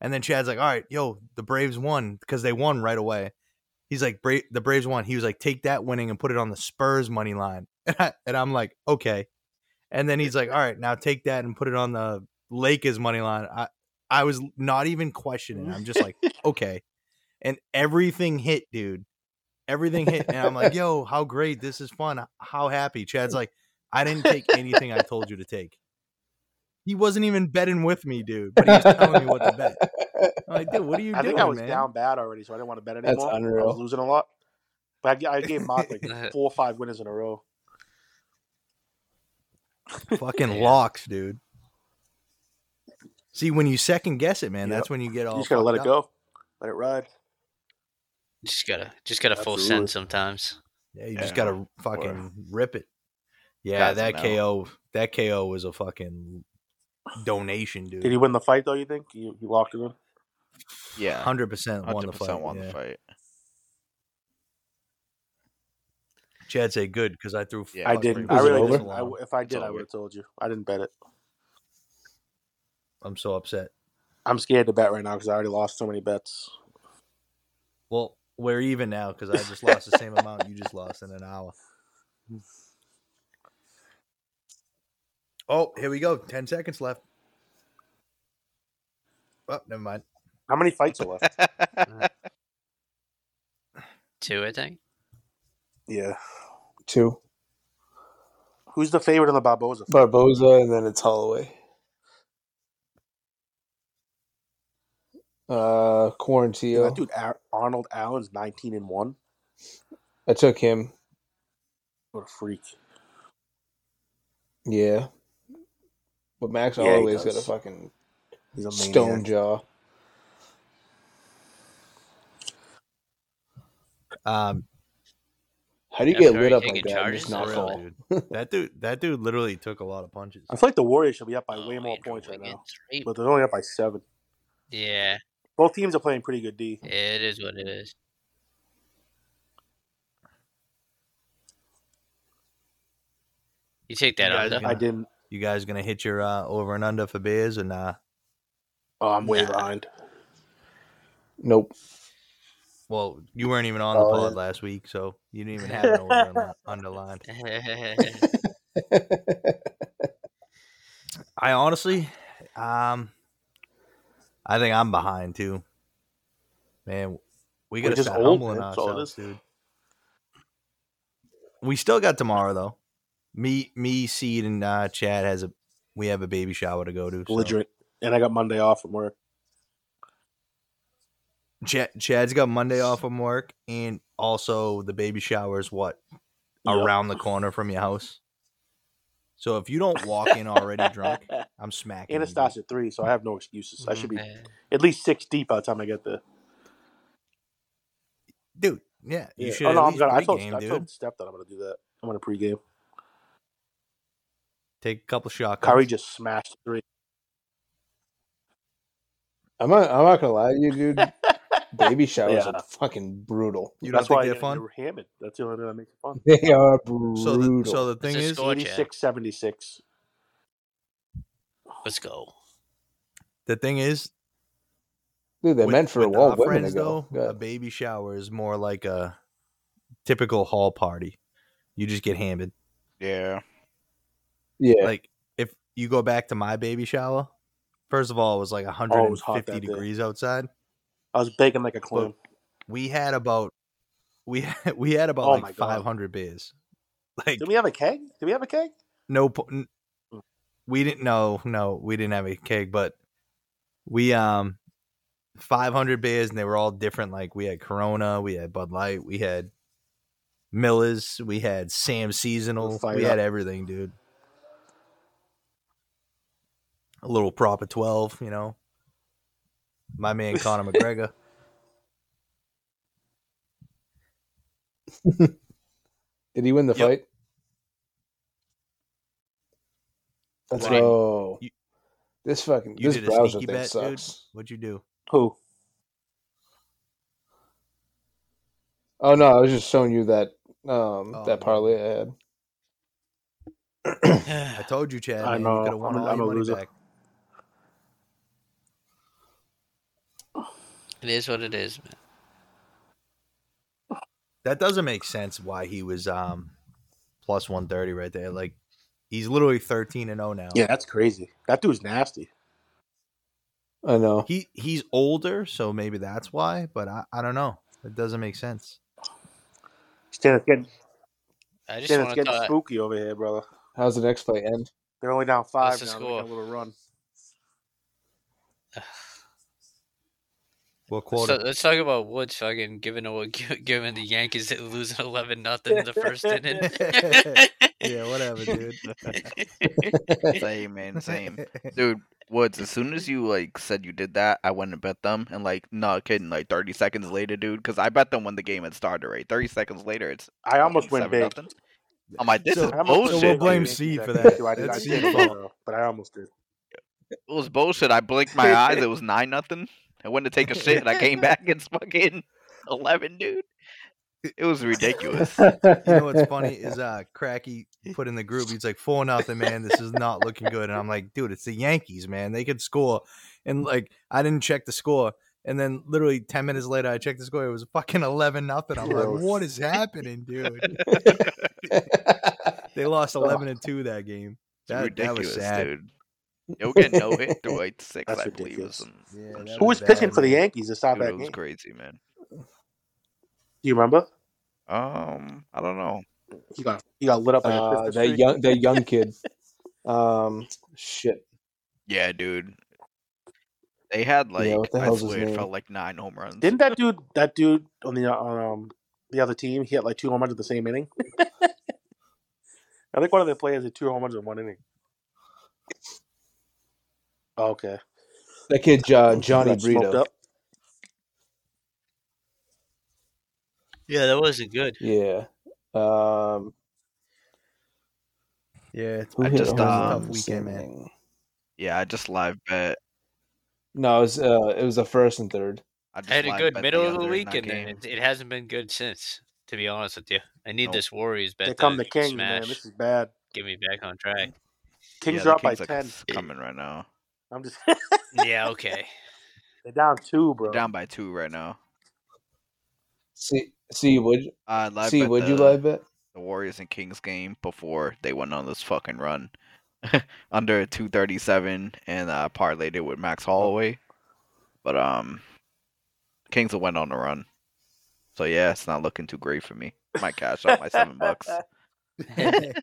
Speaker 4: and then Chad's like, "All right, yo, the Braves won because they won right away." He's like, Bra- "The Braves won." He was like, "Take that winning and put it on the Spurs money line," and I and I'm like, "Okay." And then he's like, "All right, now take that and put it on the Lakers money line." I I was not even questioning. I'm just like, "Okay." And everything hit, dude. Everything hit, and I'm like, "Yo, how great! This is fun. How happy." Chad's like, "I didn't take anything I told you to take." He wasn't even betting with me, dude. But he was telling me what to bet. I'm like, dude, what are you
Speaker 5: I
Speaker 4: doing,
Speaker 5: think I was
Speaker 4: man?
Speaker 5: down bad already, so I didn't want to bet
Speaker 1: That's
Speaker 5: anymore. I
Speaker 1: unreal.
Speaker 5: was losing a lot, but I, g- I gave Mark like four or five winners in a row.
Speaker 4: Fucking
Speaker 2: Yeah.
Speaker 4: locks, dude. See, when you second guess it, man,
Speaker 5: Yep.
Speaker 4: that's when you get all.
Speaker 5: you just gotta let it
Speaker 4: fucked up.
Speaker 5: go, let it ride.
Speaker 2: Just gotta just gotta full
Speaker 5: Absolutely.
Speaker 2: send sometimes.
Speaker 4: Yeah, you just
Speaker 3: Yeah.
Speaker 4: gotta fucking rip it. Yeah,
Speaker 3: Guys,
Speaker 4: that
Speaker 3: no.
Speaker 4: KO, that KO was a fucking donation, dude.
Speaker 5: Did he win the fight though? You think he, he locked it in?
Speaker 3: Yeah.
Speaker 4: Hundred percent won the
Speaker 3: 100%
Speaker 4: fight.
Speaker 3: won
Speaker 4: yeah.
Speaker 3: the fight.
Speaker 4: Chad said good because I threw.
Speaker 3: Yeah.
Speaker 5: I
Speaker 4: fucking
Speaker 5: didn't.
Speaker 4: three
Speaker 5: I
Speaker 1: Was it
Speaker 5: really
Speaker 1: over?
Speaker 5: didn't. I w if I did,
Speaker 3: It's
Speaker 5: I
Speaker 3: over.
Speaker 5: would have told you. I didn't bet it.
Speaker 4: I'm so upset.
Speaker 5: I'm scared to bet right now because I already lost so many bets.
Speaker 4: Well, we're even now because I just lost the same amount you just lost in an hour. Oh, here we go. Ten seconds left. Oh, never mind.
Speaker 5: How many fights are left?
Speaker 2: Two, I think.
Speaker 5: Yeah.
Speaker 1: Two.
Speaker 5: Who's the favorite on the Barboza? fight?
Speaker 1: Barboza, and then it's Holloway. Uh,
Speaker 5: Yeah,
Speaker 1: Quarantillo.
Speaker 5: that dude Ar- Arnold Allen's nineteen and one.
Speaker 1: I took him.
Speaker 5: What a freak!
Speaker 1: Yeah. But Max
Speaker 5: Yeah, he
Speaker 1: Holloway's got
Speaker 5: does.
Speaker 1: a fucking
Speaker 5: He's a maniac.
Speaker 1: stone jaw.
Speaker 4: Um,
Speaker 1: How do you
Speaker 2: That's
Speaker 1: get
Speaker 2: right,
Speaker 1: lit up
Speaker 2: taking
Speaker 1: like that and
Speaker 2: charges
Speaker 1: just
Speaker 2: is
Speaker 1: not
Speaker 2: real,
Speaker 1: fall?
Speaker 4: dude. that dude, that dude literally took a lot of punches.
Speaker 5: I feel like the Warriors should be up by
Speaker 2: Oh,
Speaker 5: way more
Speaker 2: Andrew
Speaker 5: points right now,
Speaker 2: Wiggins, right?
Speaker 5: but they're only up by seven.
Speaker 2: Yeah,
Speaker 5: Both teams are playing pretty good D.
Speaker 2: it is what it is. You take that
Speaker 4: You
Speaker 2: out.
Speaker 4: guys
Speaker 2: though.
Speaker 4: Yeah.
Speaker 5: I didn't.
Speaker 4: You guys gonna hit your uh, over and under for beers and uh,
Speaker 5: Oh, I'm way
Speaker 2: Nah.
Speaker 5: behind.
Speaker 1: Nope.
Speaker 4: well, you weren't even on the
Speaker 1: Oh,
Speaker 4: pod
Speaker 1: yeah.
Speaker 4: last week, so you didn't even have an over and underlined. I honestly, um, I think I'm behind too. Man, we
Speaker 5: We're
Speaker 4: gotta
Speaker 5: just
Speaker 4: start
Speaker 5: old,
Speaker 4: humbling
Speaker 5: man, that's all it
Speaker 4: ourselves,
Speaker 5: is.
Speaker 4: dude. We still got tomorrow though. Me, me, seed, and uh, Chad has a. We have a baby shower to go to. So.
Speaker 5: Belligerent, and I got Monday off from work.
Speaker 4: Chad, Chad's got Monday off from work, and also the baby shower is what
Speaker 5: Yep.
Speaker 4: around the corner from your house. So if you don't walk in already drunk, I'm smacking.
Speaker 5: And
Speaker 4: you,
Speaker 5: it
Speaker 4: dude.
Speaker 5: starts at three, so I have no excuses. I should be
Speaker 2: Yeah.
Speaker 5: at least six deep by the time I get there.
Speaker 4: dude. Yeah, you
Speaker 5: Yeah.
Speaker 4: should.
Speaker 5: oh no,
Speaker 4: at
Speaker 5: I'm
Speaker 4: least
Speaker 5: gonna. I told,
Speaker 4: pregame,
Speaker 5: I
Speaker 4: dude.
Speaker 5: told Steph that I'm gonna do that. I'm gonna pregame.
Speaker 4: Take a couple shots.
Speaker 5: Kyrie just smashed three.
Speaker 1: I'm not, I'm not gonna lie to you, dude. Baby showers
Speaker 5: Yeah.
Speaker 1: are fucking brutal.
Speaker 4: You don't
Speaker 5: That's
Speaker 4: think
Speaker 5: why
Speaker 4: they're
Speaker 5: I-
Speaker 4: fun?
Speaker 5: they're hammered. That's the only thing that makes it fun.
Speaker 1: They are brutal.
Speaker 4: So the, so the thing
Speaker 2: a
Speaker 4: is,
Speaker 2: score. Gotcha.
Speaker 5: 86 76.
Speaker 2: Let's go.
Speaker 4: the thing is,
Speaker 1: Dude, they're
Speaker 4: with-
Speaker 1: meant for
Speaker 4: with
Speaker 1: all
Speaker 4: our
Speaker 1: women to
Speaker 4: friends,
Speaker 1: go.
Speaker 4: though,
Speaker 1: Yeah.
Speaker 4: A baby shower is more like a typical hall party. You just get hammered.
Speaker 3: Yeah.
Speaker 1: Yeah.
Speaker 4: Like if you go back to my baby shower, first of all, it was like
Speaker 5: Oh, it was hot
Speaker 4: 150
Speaker 5: that day.
Speaker 4: degrees outside.
Speaker 5: I was baking like a clown.
Speaker 4: We had about we had, we had about
Speaker 5: Oh my
Speaker 4: like
Speaker 5: God.
Speaker 4: 500 beers. Like
Speaker 5: Did we have a keg? Did we have a keg?
Speaker 4: no po- n- we didn't no no we didn't have a keg but we um 500 beers and they were all different like we had corona we had bud light we had miller's we had sam seasonal
Speaker 5: Fire
Speaker 4: we
Speaker 5: up.
Speaker 4: had everything dude a little prop of 12 you know my man conor mcgregor
Speaker 1: Did he win the
Speaker 4: Yep.
Speaker 1: fight? Let's
Speaker 4: Ryan,
Speaker 1: go.
Speaker 4: you-
Speaker 1: this fucking
Speaker 4: you
Speaker 1: this
Speaker 4: did a
Speaker 1: browser
Speaker 4: sneaky
Speaker 1: thing
Speaker 4: bet, dude.
Speaker 1: sucks.
Speaker 4: what'd you do
Speaker 5: Who?
Speaker 1: Oh no, I was just showing you that um
Speaker 4: Oh,
Speaker 1: that
Speaker 4: no.
Speaker 1: parlay I had.
Speaker 4: i told you chad
Speaker 5: I
Speaker 4: man,
Speaker 5: know.
Speaker 4: you could have won
Speaker 5: I'm a-
Speaker 4: all
Speaker 5: I'm
Speaker 4: your
Speaker 5: a
Speaker 4: money
Speaker 5: loser.
Speaker 4: back
Speaker 2: It is what it is, man.
Speaker 4: that doesn't make sense why he was um plus 130 right there like he's literally 13 and 0 now
Speaker 5: Yeah, that's crazy. That dude's nasty.
Speaker 1: I know.
Speaker 4: he he's older so maybe that's why but i, I don't know it doesn't make sense
Speaker 5: Stan, it's getting,
Speaker 2: I just
Speaker 5: Stan, it's
Speaker 2: want to
Speaker 5: getting
Speaker 2: thought.
Speaker 5: spooky over here, brother.
Speaker 1: How's the next play end?
Speaker 5: They're only down five
Speaker 2: the
Speaker 5: now. They
Speaker 2: score?
Speaker 5: got a little run.
Speaker 4: what
Speaker 2: Let's,
Speaker 4: quarter
Speaker 2: ta-
Speaker 5: uh,
Speaker 2: let's talk about Woods fucking giving away, gi- giving the Yankees losing eleven nothing in the first inning.
Speaker 4: yeah whatever dude
Speaker 3: Same, man. Same. Dude, Woods, as soon as you like said you did that, I went and bet them and like no kidding, like thirty seconds later, dude, because I bet them when the game had started, right? Thirty seconds later it's
Speaker 5: I almost went
Speaker 3: 27
Speaker 5: big.
Speaker 3: nothing. I'm like, this
Speaker 4: So-
Speaker 3: is
Speaker 5: I almost
Speaker 4: so
Speaker 3: bullshit.
Speaker 5: went
Speaker 4: we'll
Speaker 5: big.
Speaker 4: blame
Speaker 3: dude.
Speaker 4: Seed for
Speaker 5: Thank
Speaker 4: that.
Speaker 5: you. I did, I
Speaker 4: That's
Speaker 5: did
Speaker 4: Seed's
Speaker 5: fail, but I almost did.
Speaker 3: It was bullshit. I blinked my eyes, it was nine nothing. I went to take a shit and I came back and it's fucking eleven, dude. It was ridiculous.
Speaker 4: you know what's funny is uh cracky put in the group he's like four nothing man this is not looking good and i'm like dude it's the yankees man they could score and like i didn't check the score and then literally 10 minutes later i checked the score it was fucking 11 nothing i'm like
Speaker 5: Gross.
Speaker 4: what is happening dude they lost 11 and 2 that game
Speaker 3: Oh. It's
Speaker 4: That- that was
Speaker 3: ridiculous,
Speaker 4: sad.
Speaker 3: dude. You'll get no hit through like six,
Speaker 5: That's
Speaker 3: I believe. or
Speaker 5: ridiculous.
Speaker 3: some- some
Speaker 4: Yeah, that
Speaker 3: shit.
Speaker 5: Who was
Speaker 4: bad,
Speaker 5: pitching for the
Speaker 4: man.
Speaker 5: Yankees to stop
Speaker 3: Dude,
Speaker 5: that
Speaker 3: it was
Speaker 5: game?
Speaker 3: crazy, man.
Speaker 5: Do you remember?
Speaker 3: Um, I don't know.
Speaker 5: He got he got lit up by a
Speaker 1: Uh,
Speaker 5: Christmas
Speaker 1: that
Speaker 5: tree.
Speaker 1: young that young kid. Um, shit.
Speaker 3: Yeah, dude. They had like
Speaker 1: what the
Speaker 3: I
Speaker 1: hell's his
Speaker 3: swear it
Speaker 1: name?
Speaker 3: felt like nine home runs.
Speaker 5: Didn't that dude that dude on the um the other team he had like two home runs in the same inning? I think one of the players had two home runs in one inning. Okay,
Speaker 1: That kid uh, Johnny
Speaker 5: Got smoked
Speaker 1: Brito.
Speaker 5: up.
Speaker 2: Yeah, that wasn't good.
Speaker 1: Yeah. Um,
Speaker 4: Yeah, it's
Speaker 1: who
Speaker 3: I
Speaker 1: hit
Speaker 3: just,
Speaker 1: a home run
Speaker 3: um,
Speaker 1: in the
Speaker 4: uh, weekend,
Speaker 1: same
Speaker 4: man.
Speaker 1: inning?
Speaker 3: Yeah, I just live bet.
Speaker 1: No, it was uh, it was the first and third.
Speaker 3: I just
Speaker 2: I had a
Speaker 3: live
Speaker 2: good
Speaker 3: bet
Speaker 2: middle of the
Speaker 3: under in
Speaker 2: week,
Speaker 3: that
Speaker 2: and then
Speaker 3: game.
Speaker 2: it, it hasn't been good since. To be honest with you, I need
Speaker 3: Nope.
Speaker 2: this Warriors bet
Speaker 5: They come
Speaker 2: to
Speaker 5: the king,
Speaker 2: smash.
Speaker 5: man. This is bad.
Speaker 2: Get me back on track.
Speaker 3: Yeah,
Speaker 5: Kings are
Speaker 3: the
Speaker 5: up by
Speaker 3: Kings are
Speaker 5: ten.
Speaker 3: Coming right now.
Speaker 5: I'm just
Speaker 2: yeah, okay.
Speaker 5: they're down two, bro.
Speaker 3: They're down by two right now.
Speaker 1: See, see, would
Speaker 3: I live
Speaker 1: see,
Speaker 3: bet
Speaker 1: would
Speaker 3: the,
Speaker 1: you live bet?
Speaker 3: the Warriors and Kings game before they went on this fucking run under 237 and uh, parlayed it with Max Holloway. But um, Kings went on the run. So yeah, it's not looking too great for me. Might cash out my seven bucks.
Speaker 5: Wait,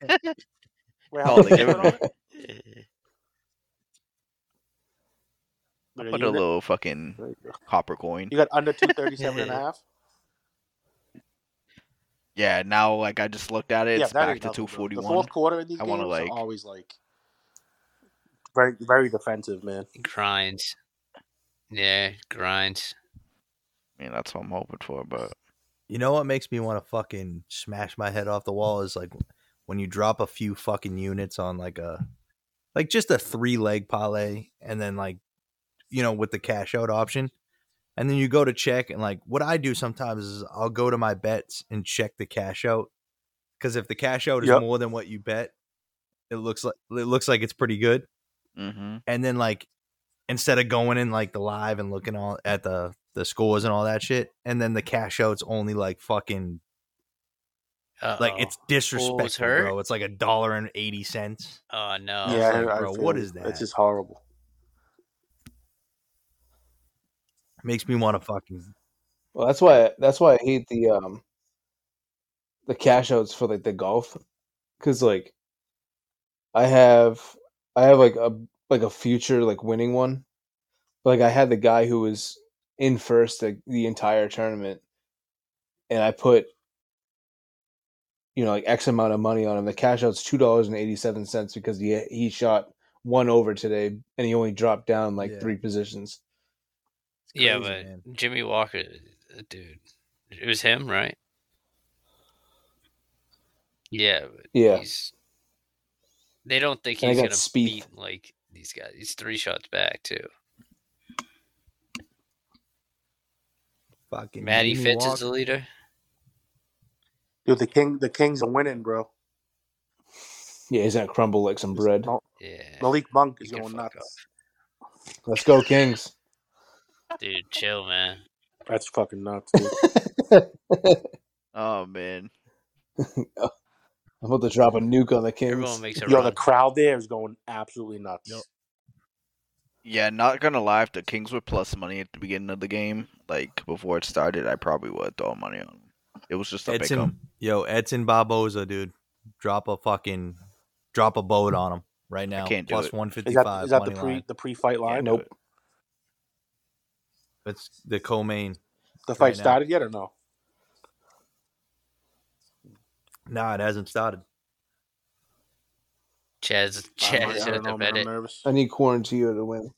Speaker 5: how
Speaker 3: Oh,
Speaker 5: much
Speaker 3: they
Speaker 5: is
Speaker 3: give
Speaker 5: it
Speaker 3: it
Speaker 5: on it?
Speaker 3: Put a
Speaker 5: You got-
Speaker 3: little fucking
Speaker 5: there you go.
Speaker 3: copper coin.
Speaker 5: You got under 237 and a half?
Speaker 3: Yeah, now like I just looked at it, it's
Speaker 5: that
Speaker 3: back
Speaker 5: ain't
Speaker 3: to
Speaker 5: nothing, bro.
Speaker 3: 241.
Speaker 5: The fourth quarter in these
Speaker 3: I
Speaker 5: games
Speaker 3: wanna,
Speaker 5: are
Speaker 3: like-
Speaker 5: always like very very defensive, man.
Speaker 2: grinds. Yeah, grinds.
Speaker 3: I mean, that's what I'm hoping for, but
Speaker 4: You know what makes me want to fucking smash my head off the wall is like when you drop a few fucking units on like a like just a three leg parlay and then like you know with the cash out option and then you go to check and like what I do sometimes is I'll go to my bets and check the cash out cuz if the cash out is
Speaker 5: Yep.
Speaker 4: more than what you bet it looks like it looks like it's pretty good
Speaker 3: mm-hmm.
Speaker 4: and then like instead of going in like the live and looking all at the the scores and all that shit and then the cash outs only like fucking
Speaker 2: Uh-oh.
Speaker 4: like it's disrespectful
Speaker 2: Oh, hurt?
Speaker 4: bro it's like a dollar and 80 cents
Speaker 2: oh no.
Speaker 5: yeah,
Speaker 4: Uh, like,
Speaker 5: I- I
Speaker 4: bro,
Speaker 5: feel
Speaker 4: what
Speaker 5: you.
Speaker 4: is that?
Speaker 5: It's just horrible.
Speaker 4: makes me want to fucking
Speaker 1: Well, that's why that's why I hate the um the cash outs for like the golf cuz like I have I have like a like a future like winning one. But, like I had the guy who was in first like the entire tournament and I put you know like x amount of money on him. The cash out's $2.87 because he he shot one over today and he only dropped down like
Speaker 4: Yeah.
Speaker 1: three positions.
Speaker 4: it's
Speaker 2: yeah,
Speaker 4: crazy,
Speaker 2: but
Speaker 4: man.
Speaker 2: Jimmy Walker, uh, dude, it was him, right? Yeah, but
Speaker 1: Yeah.
Speaker 2: he's. They don't think
Speaker 1: And I
Speaker 2: he's
Speaker 1: got
Speaker 2: gonna
Speaker 1: Spieth.
Speaker 2: beat like these guys. He's three shots back too.
Speaker 4: fucking
Speaker 2: Matty
Speaker 4: Jimmy
Speaker 2: Fitz is
Speaker 4: Walker.
Speaker 2: the leader.
Speaker 5: Dude, the king the Kings are winning, bro.
Speaker 1: Yeah, he's going to crumble like some bread.
Speaker 5: Mal-
Speaker 2: Yeah,
Speaker 5: Malik Monk
Speaker 2: You
Speaker 5: is
Speaker 2: can
Speaker 5: going
Speaker 2: fuck
Speaker 5: nuts.
Speaker 1: Let's go Kings.
Speaker 2: dude, chill, man.
Speaker 5: That's fucking nuts, dude.
Speaker 3: Oh man,
Speaker 1: I'm about to drop a nuke on the Kings.
Speaker 2: Everyone makes a
Speaker 5: Yo, the
Speaker 2: run.
Speaker 5: crowd there is going absolutely nuts.
Speaker 4: Yep.
Speaker 3: yeah, not gonna lie. If the Kings were plus money at the beginning of the game, like before it started, I probably would throw money on. 'em. It was just a pick 'em.
Speaker 4: Edson, yo, Edson Barboza, dude, drop a fucking, drop a boat on him right now.
Speaker 3: can't do
Speaker 4: Plus
Speaker 3: it.
Speaker 5: Is
Speaker 4: 155.
Speaker 5: that is that the
Speaker 4: money
Speaker 5: pre
Speaker 4: line.
Speaker 5: the pre fight line?
Speaker 1: nope.
Speaker 4: It's the co-main.
Speaker 5: The fight
Speaker 4: Right now.
Speaker 5: started yet or no?
Speaker 4: Nah, it hasn't started.
Speaker 2: Chaz,
Speaker 5: I'm- I,
Speaker 2: Chaz
Speaker 5: don't
Speaker 2: had
Speaker 5: know,
Speaker 2: to
Speaker 5: man.
Speaker 2: bet
Speaker 5: I'm
Speaker 2: it.
Speaker 5: nervous.
Speaker 1: I need Quarantino to win.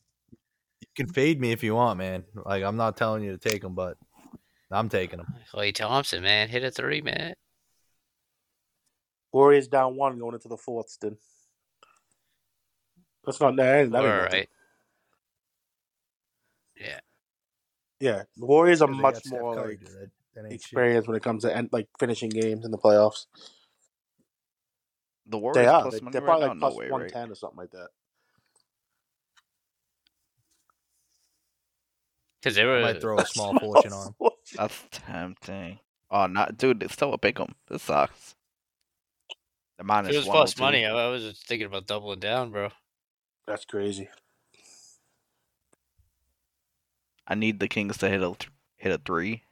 Speaker 4: You can fade me if you want, man. Like I'm not telling you to take them, but I'm taking them.
Speaker 2: Clay Thompson, man, hit a three, man.
Speaker 5: Warriors down one going into the fourth. Then that's not that. ain't-
Speaker 2: All
Speaker 5: that ain't nothing.
Speaker 2: right.
Speaker 5: Yeah, the Warriors are much more like experience when it comes to end, like finishing games in the playoffs.
Speaker 3: The Warriors
Speaker 5: They are.
Speaker 3: plus
Speaker 5: They,
Speaker 3: money
Speaker 5: they're
Speaker 3: right
Speaker 5: probably
Speaker 3: now,
Speaker 5: like
Speaker 3: no
Speaker 5: plus
Speaker 3: way,
Speaker 5: one
Speaker 3: right?
Speaker 5: ten or something like that.
Speaker 2: Because they
Speaker 4: I
Speaker 2: were
Speaker 4: might throw a small fortune on. 'em.
Speaker 3: That's tempting. Oh, not dude. It's still a pick 'em. This sucks. The
Speaker 2: If
Speaker 3: minus
Speaker 2: it was
Speaker 3: one oh
Speaker 2: plus money. I, I was just thinking about doubling down, bro.
Speaker 5: That's crazy.
Speaker 3: I need the Kings to hit a th- hit a three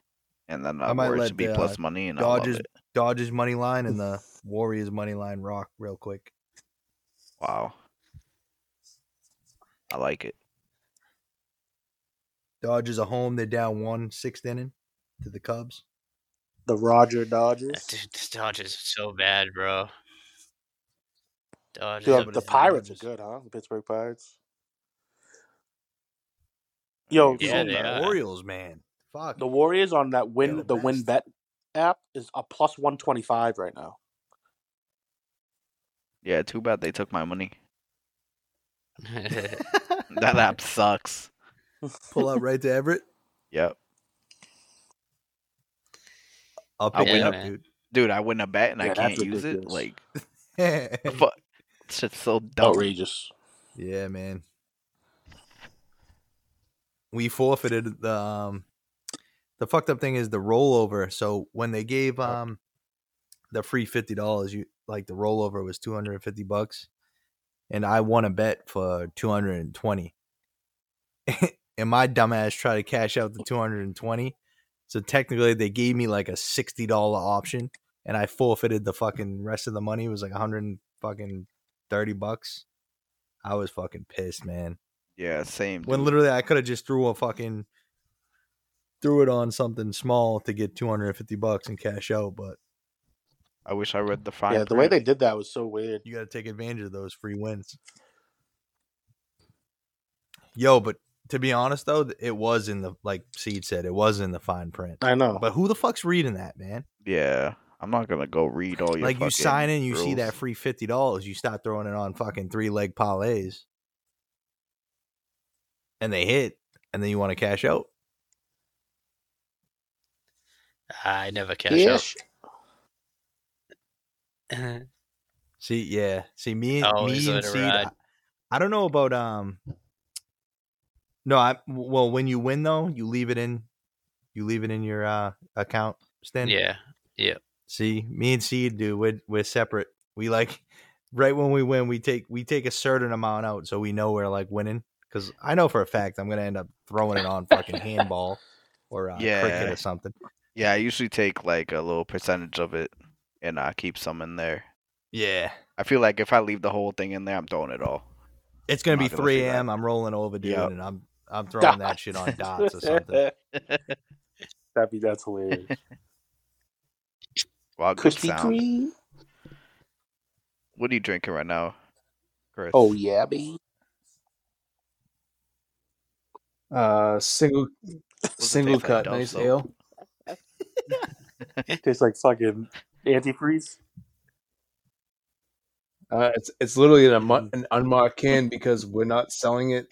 Speaker 3: and then
Speaker 4: I
Speaker 3: uh,
Speaker 4: might
Speaker 3: Warriors
Speaker 4: let
Speaker 3: should be
Speaker 4: the, uh,
Speaker 3: plus money, and I love
Speaker 4: Dodgers
Speaker 3: it.
Speaker 4: Dodgers money line and the Warriors money line rock real quick.
Speaker 3: Wow, I like it.
Speaker 4: Dodgers are home. They're down one sixth inning to the Cubs.
Speaker 5: The Roger Dodgers.
Speaker 2: Dude, the Dodgers are so bad, bro. Dodgers.
Speaker 5: Dude,
Speaker 2: are
Speaker 4: but
Speaker 5: the
Speaker 4: it's the
Speaker 5: Pirates are
Speaker 4: Dodgers.
Speaker 5: good, huh? The Pittsburgh Pirates. Yo,
Speaker 2: Yeah,
Speaker 5: so
Speaker 2: they
Speaker 4: the
Speaker 2: are.
Speaker 4: Orioles, man. Fuck.
Speaker 5: the Warriors on that win
Speaker 4: They're
Speaker 5: the
Speaker 4: the
Speaker 5: win
Speaker 4: best.
Speaker 5: bet app is a plus one twenty five right now.
Speaker 3: Yeah, too bad they took my money.
Speaker 2: bad.
Speaker 3: That app sucks.
Speaker 4: Pull up right to Everett.
Speaker 3: Yep,
Speaker 4: I'll
Speaker 3: I
Speaker 4: pick it
Speaker 2: win,
Speaker 4: up,
Speaker 2: man.
Speaker 4: dude.
Speaker 3: dude, I win a bet and I
Speaker 5: Yeah, that's
Speaker 3: can't use it.
Speaker 5: ridiculous.
Speaker 3: Like,
Speaker 4: yeah,
Speaker 3: fuck, it's just so dumb.
Speaker 5: Outrageous.
Speaker 4: man. We forfeited the um, the fucked up thing is the rollover. So when they gave um the free fifty dollars, you like the rollover was two hundred and fifty bucks, and I won a bet for two hundred and twenty. and my dumbass tried to cash out the two hundred and twenty. So technically, they gave me like a sixty dollar option, and I forfeited the fucking rest of the money. It was like a hundred and fucking thirty bucks. I was fucking pissed, man.
Speaker 3: Yeah, same.
Speaker 4: When
Speaker 3: dude.
Speaker 4: literally I could have just threw a fucking threw it on something small to get 250 bucks and cash out, but
Speaker 3: I wish I read the fine.
Speaker 5: yeah, the way they
Speaker 3: print.
Speaker 5: did that was so weird.
Speaker 4: you got to take advantage of those free wins. Yo, but to be honest though, th- it was in the like Seed said, it was in the fine print.
Speaker 5: I know.
Speaker 4: But who the fuck's reading that, man?
Speaker 3: Yeah, I'm not gonna go read all your.
Speaker 4: like you
Speaker 3: fucking
Speaker 4: sign in, you see that
Speaker 3: rules.
Speaker 4: free fifty dollars, you start throwing it on fucking three leg parlays, and they hit, and then you want to cash out.
Speaker 2: I never cash
Speaker 5: Ish.
Speaker 2: out.
Speaker 4: See, yeah, see me, and
Speaker 2: Always
Speaker 4: me
Speaker 2: let
Speaker 4: and
Speaker 2: it
Speaker 4: Seed.
Speaker 2: ride.
Speaker 4: I, I don't know about um. No, I well when you win though, you leave it in, you leave it in your uh account. Stan.
Speaker 2: yeah.
Speaker 4: See, me and Seed, dude, we're, we're separate. We like right when we win, we take we take a certain amount out, so we know we're like winning. Because I know for a fact I'm gonna end up throwing it on fucking handball or uh,
Speaker 3: Yeah.
Speaker 4: cricket or something.
Speaker 3: Yeah, I usually take like a little percentage of it, and I keep some in there.
Speaker 4: Yeah,
Speaker 3: I feel like if I leave the whole thing in there, I'm throwing it all.
Speaker 4: it's gonna
Speaker 3: I'm
Speaker 4: be
Speaker 3: not gonna
Speaker 4: three
Speaker 3: see that.
Speaker 4: a.m. I'm rolling over, dude,
Speaker 3: Yep.
Speaker 4: and I'm I'm throwing that shit on dots or something.
Speaker 5: That'd be that's hilarious.
Speaker 3: Wow, good
Speaker 5: Krispy
Speaker 3: sound.
Speaker 5: Kreme.
Speaker 3: What are you drinking right now, Chris?
Speaker 5: Oh yeah, baby.
Speaker 1: Uh, single
Speaker 3: it
Speaker 1: single
Speaker 3: taste like?
Speaker 1: cut,
Speaker 3: Dove
Speaker 1: nice
Speaker 3: soap?
Speaker 1: ale.
Speaker 5: Tastes like fucking antifreeze.
Speaker 1: Uh, it's it's literally an, unmar- an unmarked can because we're not selling it.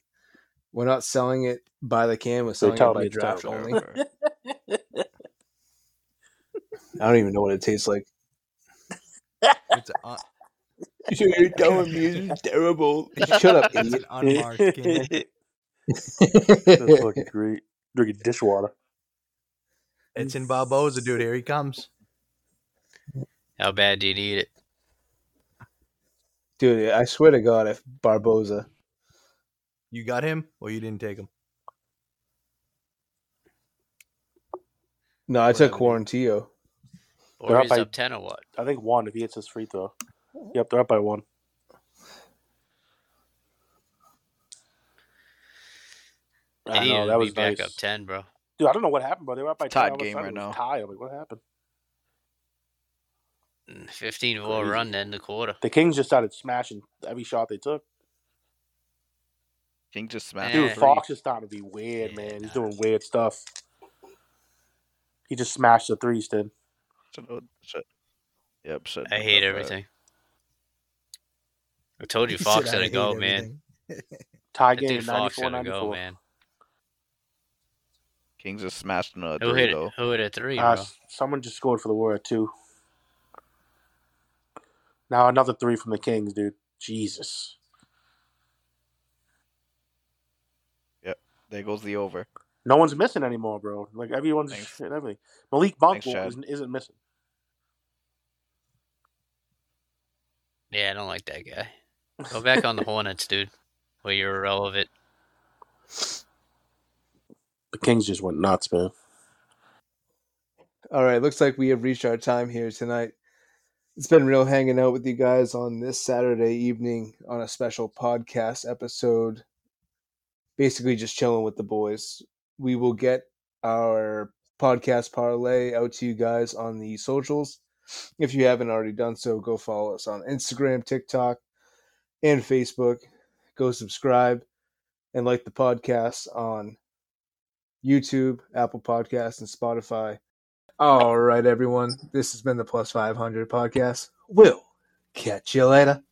Speaker 1: We're not selling it by the can. We're selling it
Speaker 5: telling
Speaker 1: by
Speaker 5: me it's
Speaker 1: draft
Speaker 5: terrible.
Speaker 1: only. I don't even know what it tastes like.
Speaker 4: It's a,
Speaker 1: You're telling me it's terrible. Shut up,
Speaker 4: it's
Speaker 1: idiot.
Speaker 4: an unmarked can.
Speaker 5: That's fucking great. Drinking dishwater.
Speaker 4: It's in Barboza, dude. Here he comes.
Speaker 2: How bad do you need it?
Speaker 1: Dude, I swear to God, if Barboza,
Speaker 4: You got him, or you didn't take him.
Speaker 1: no, I took
Speaker 4: Whatever,
Speaker 1: Quarantillo.
Speaker 2: Or
Speaker 5: They're up
Speaker 2: is
Speaker 5: by-
Speaker 2: up ten or what?
Speaker 5: I think one if he hits his free throw. Yep, they're up by one.
Speaker 2: They
Speaker 5: I
Speaker 2: needed
Speaker 5: know
Speaker 2: to
Speaker 5: that
Speaker 2: be
Speaker 5: was
Speaker 2: back
Speaker 5: nice.
Speaker 2: up ten, bro.
Speaker 5: Dude, I don't know what happened, but they were up by
Speaker 3: Tied
Speaker 5: 10. All of a
Speaker 3: game
Speaker 5: sudden
Speaker 3: right
Speaker 5: it was
Speaker 3: now.
Speaker 5: Tie. I'm like, what happened?
Speaker 2: Mm, Fifteen more
Speaker 5: Crazy.
Speaker 2: run to end the quarter.
Speaker 5: The Kings just started smashing every shot they took.
Speaker 3: King just smashed.
Speaker 5: Dude,
Speaker 2: Yeah.
Speaker 3: three.
Speaker 5: Fox is starting to be weird, man. He's doing weird stuff. He just smashed the threes, dude.
Speaker 3: Should've- should- Yep, should
Speaker 2: I hate everything. I told you
Speaker 4: He said,
Speaker 2: Fox
Speaker 4: "I
Speaker 2: had to
Speaker 4: hate
Speaker 2: go, man.
Speaker 4: everything."
Speaker 5: Tie
Speaker 2: That
Speaker 5: game,
Speaker 2: dude Fox had to
Speaker 5: 94
Speaker 2: go,
Speaker 5: 94.
Speaker 2: man.
Speaker 3: King just smashed another
Speaker 2: Who
Speaker 3: three
Speaker 2: hit
Speaker 3: though.
Speaker 2: it? Who hit a three,
Speaker 5: Uh,
Speaker 2: bro?
Speaker 5: s- someone just scored for the Warrior, too. Now another three from the Kings, dude. Jesus.
Speaker 3: There goes the over.
Speaker 5: No one's missing anymore, bro. Like, everyone's
Speaker 3: Thanks.
Speaker 5: shit, everything. Malik Monk
Speaker 3: Thanks, Chad.
Speaker 5: isn't, isn't missing.
Speaker 2: Yeah, I don't like that guy. Go back on the Hornets, dude. Where you're irrelevant.
Speaker 5: The Kings just went nuts, man.
Speaker 1: All right, looks like we have reached our time here tonight. It's been real hanging out with you guys on this Saturday evening on a special podcast episode. Basically, just chilling with the boys. We will get our podcast parlay out to you guys on the socials. If you haven't already done so, go follow us on Instagram, TikTok, and Facebook. Go subscribe and like the podcast on YouTube, Apple Podcasts, and Spotify. All right, everyone. This has been the Plus 500 podcast. We'll catch you later.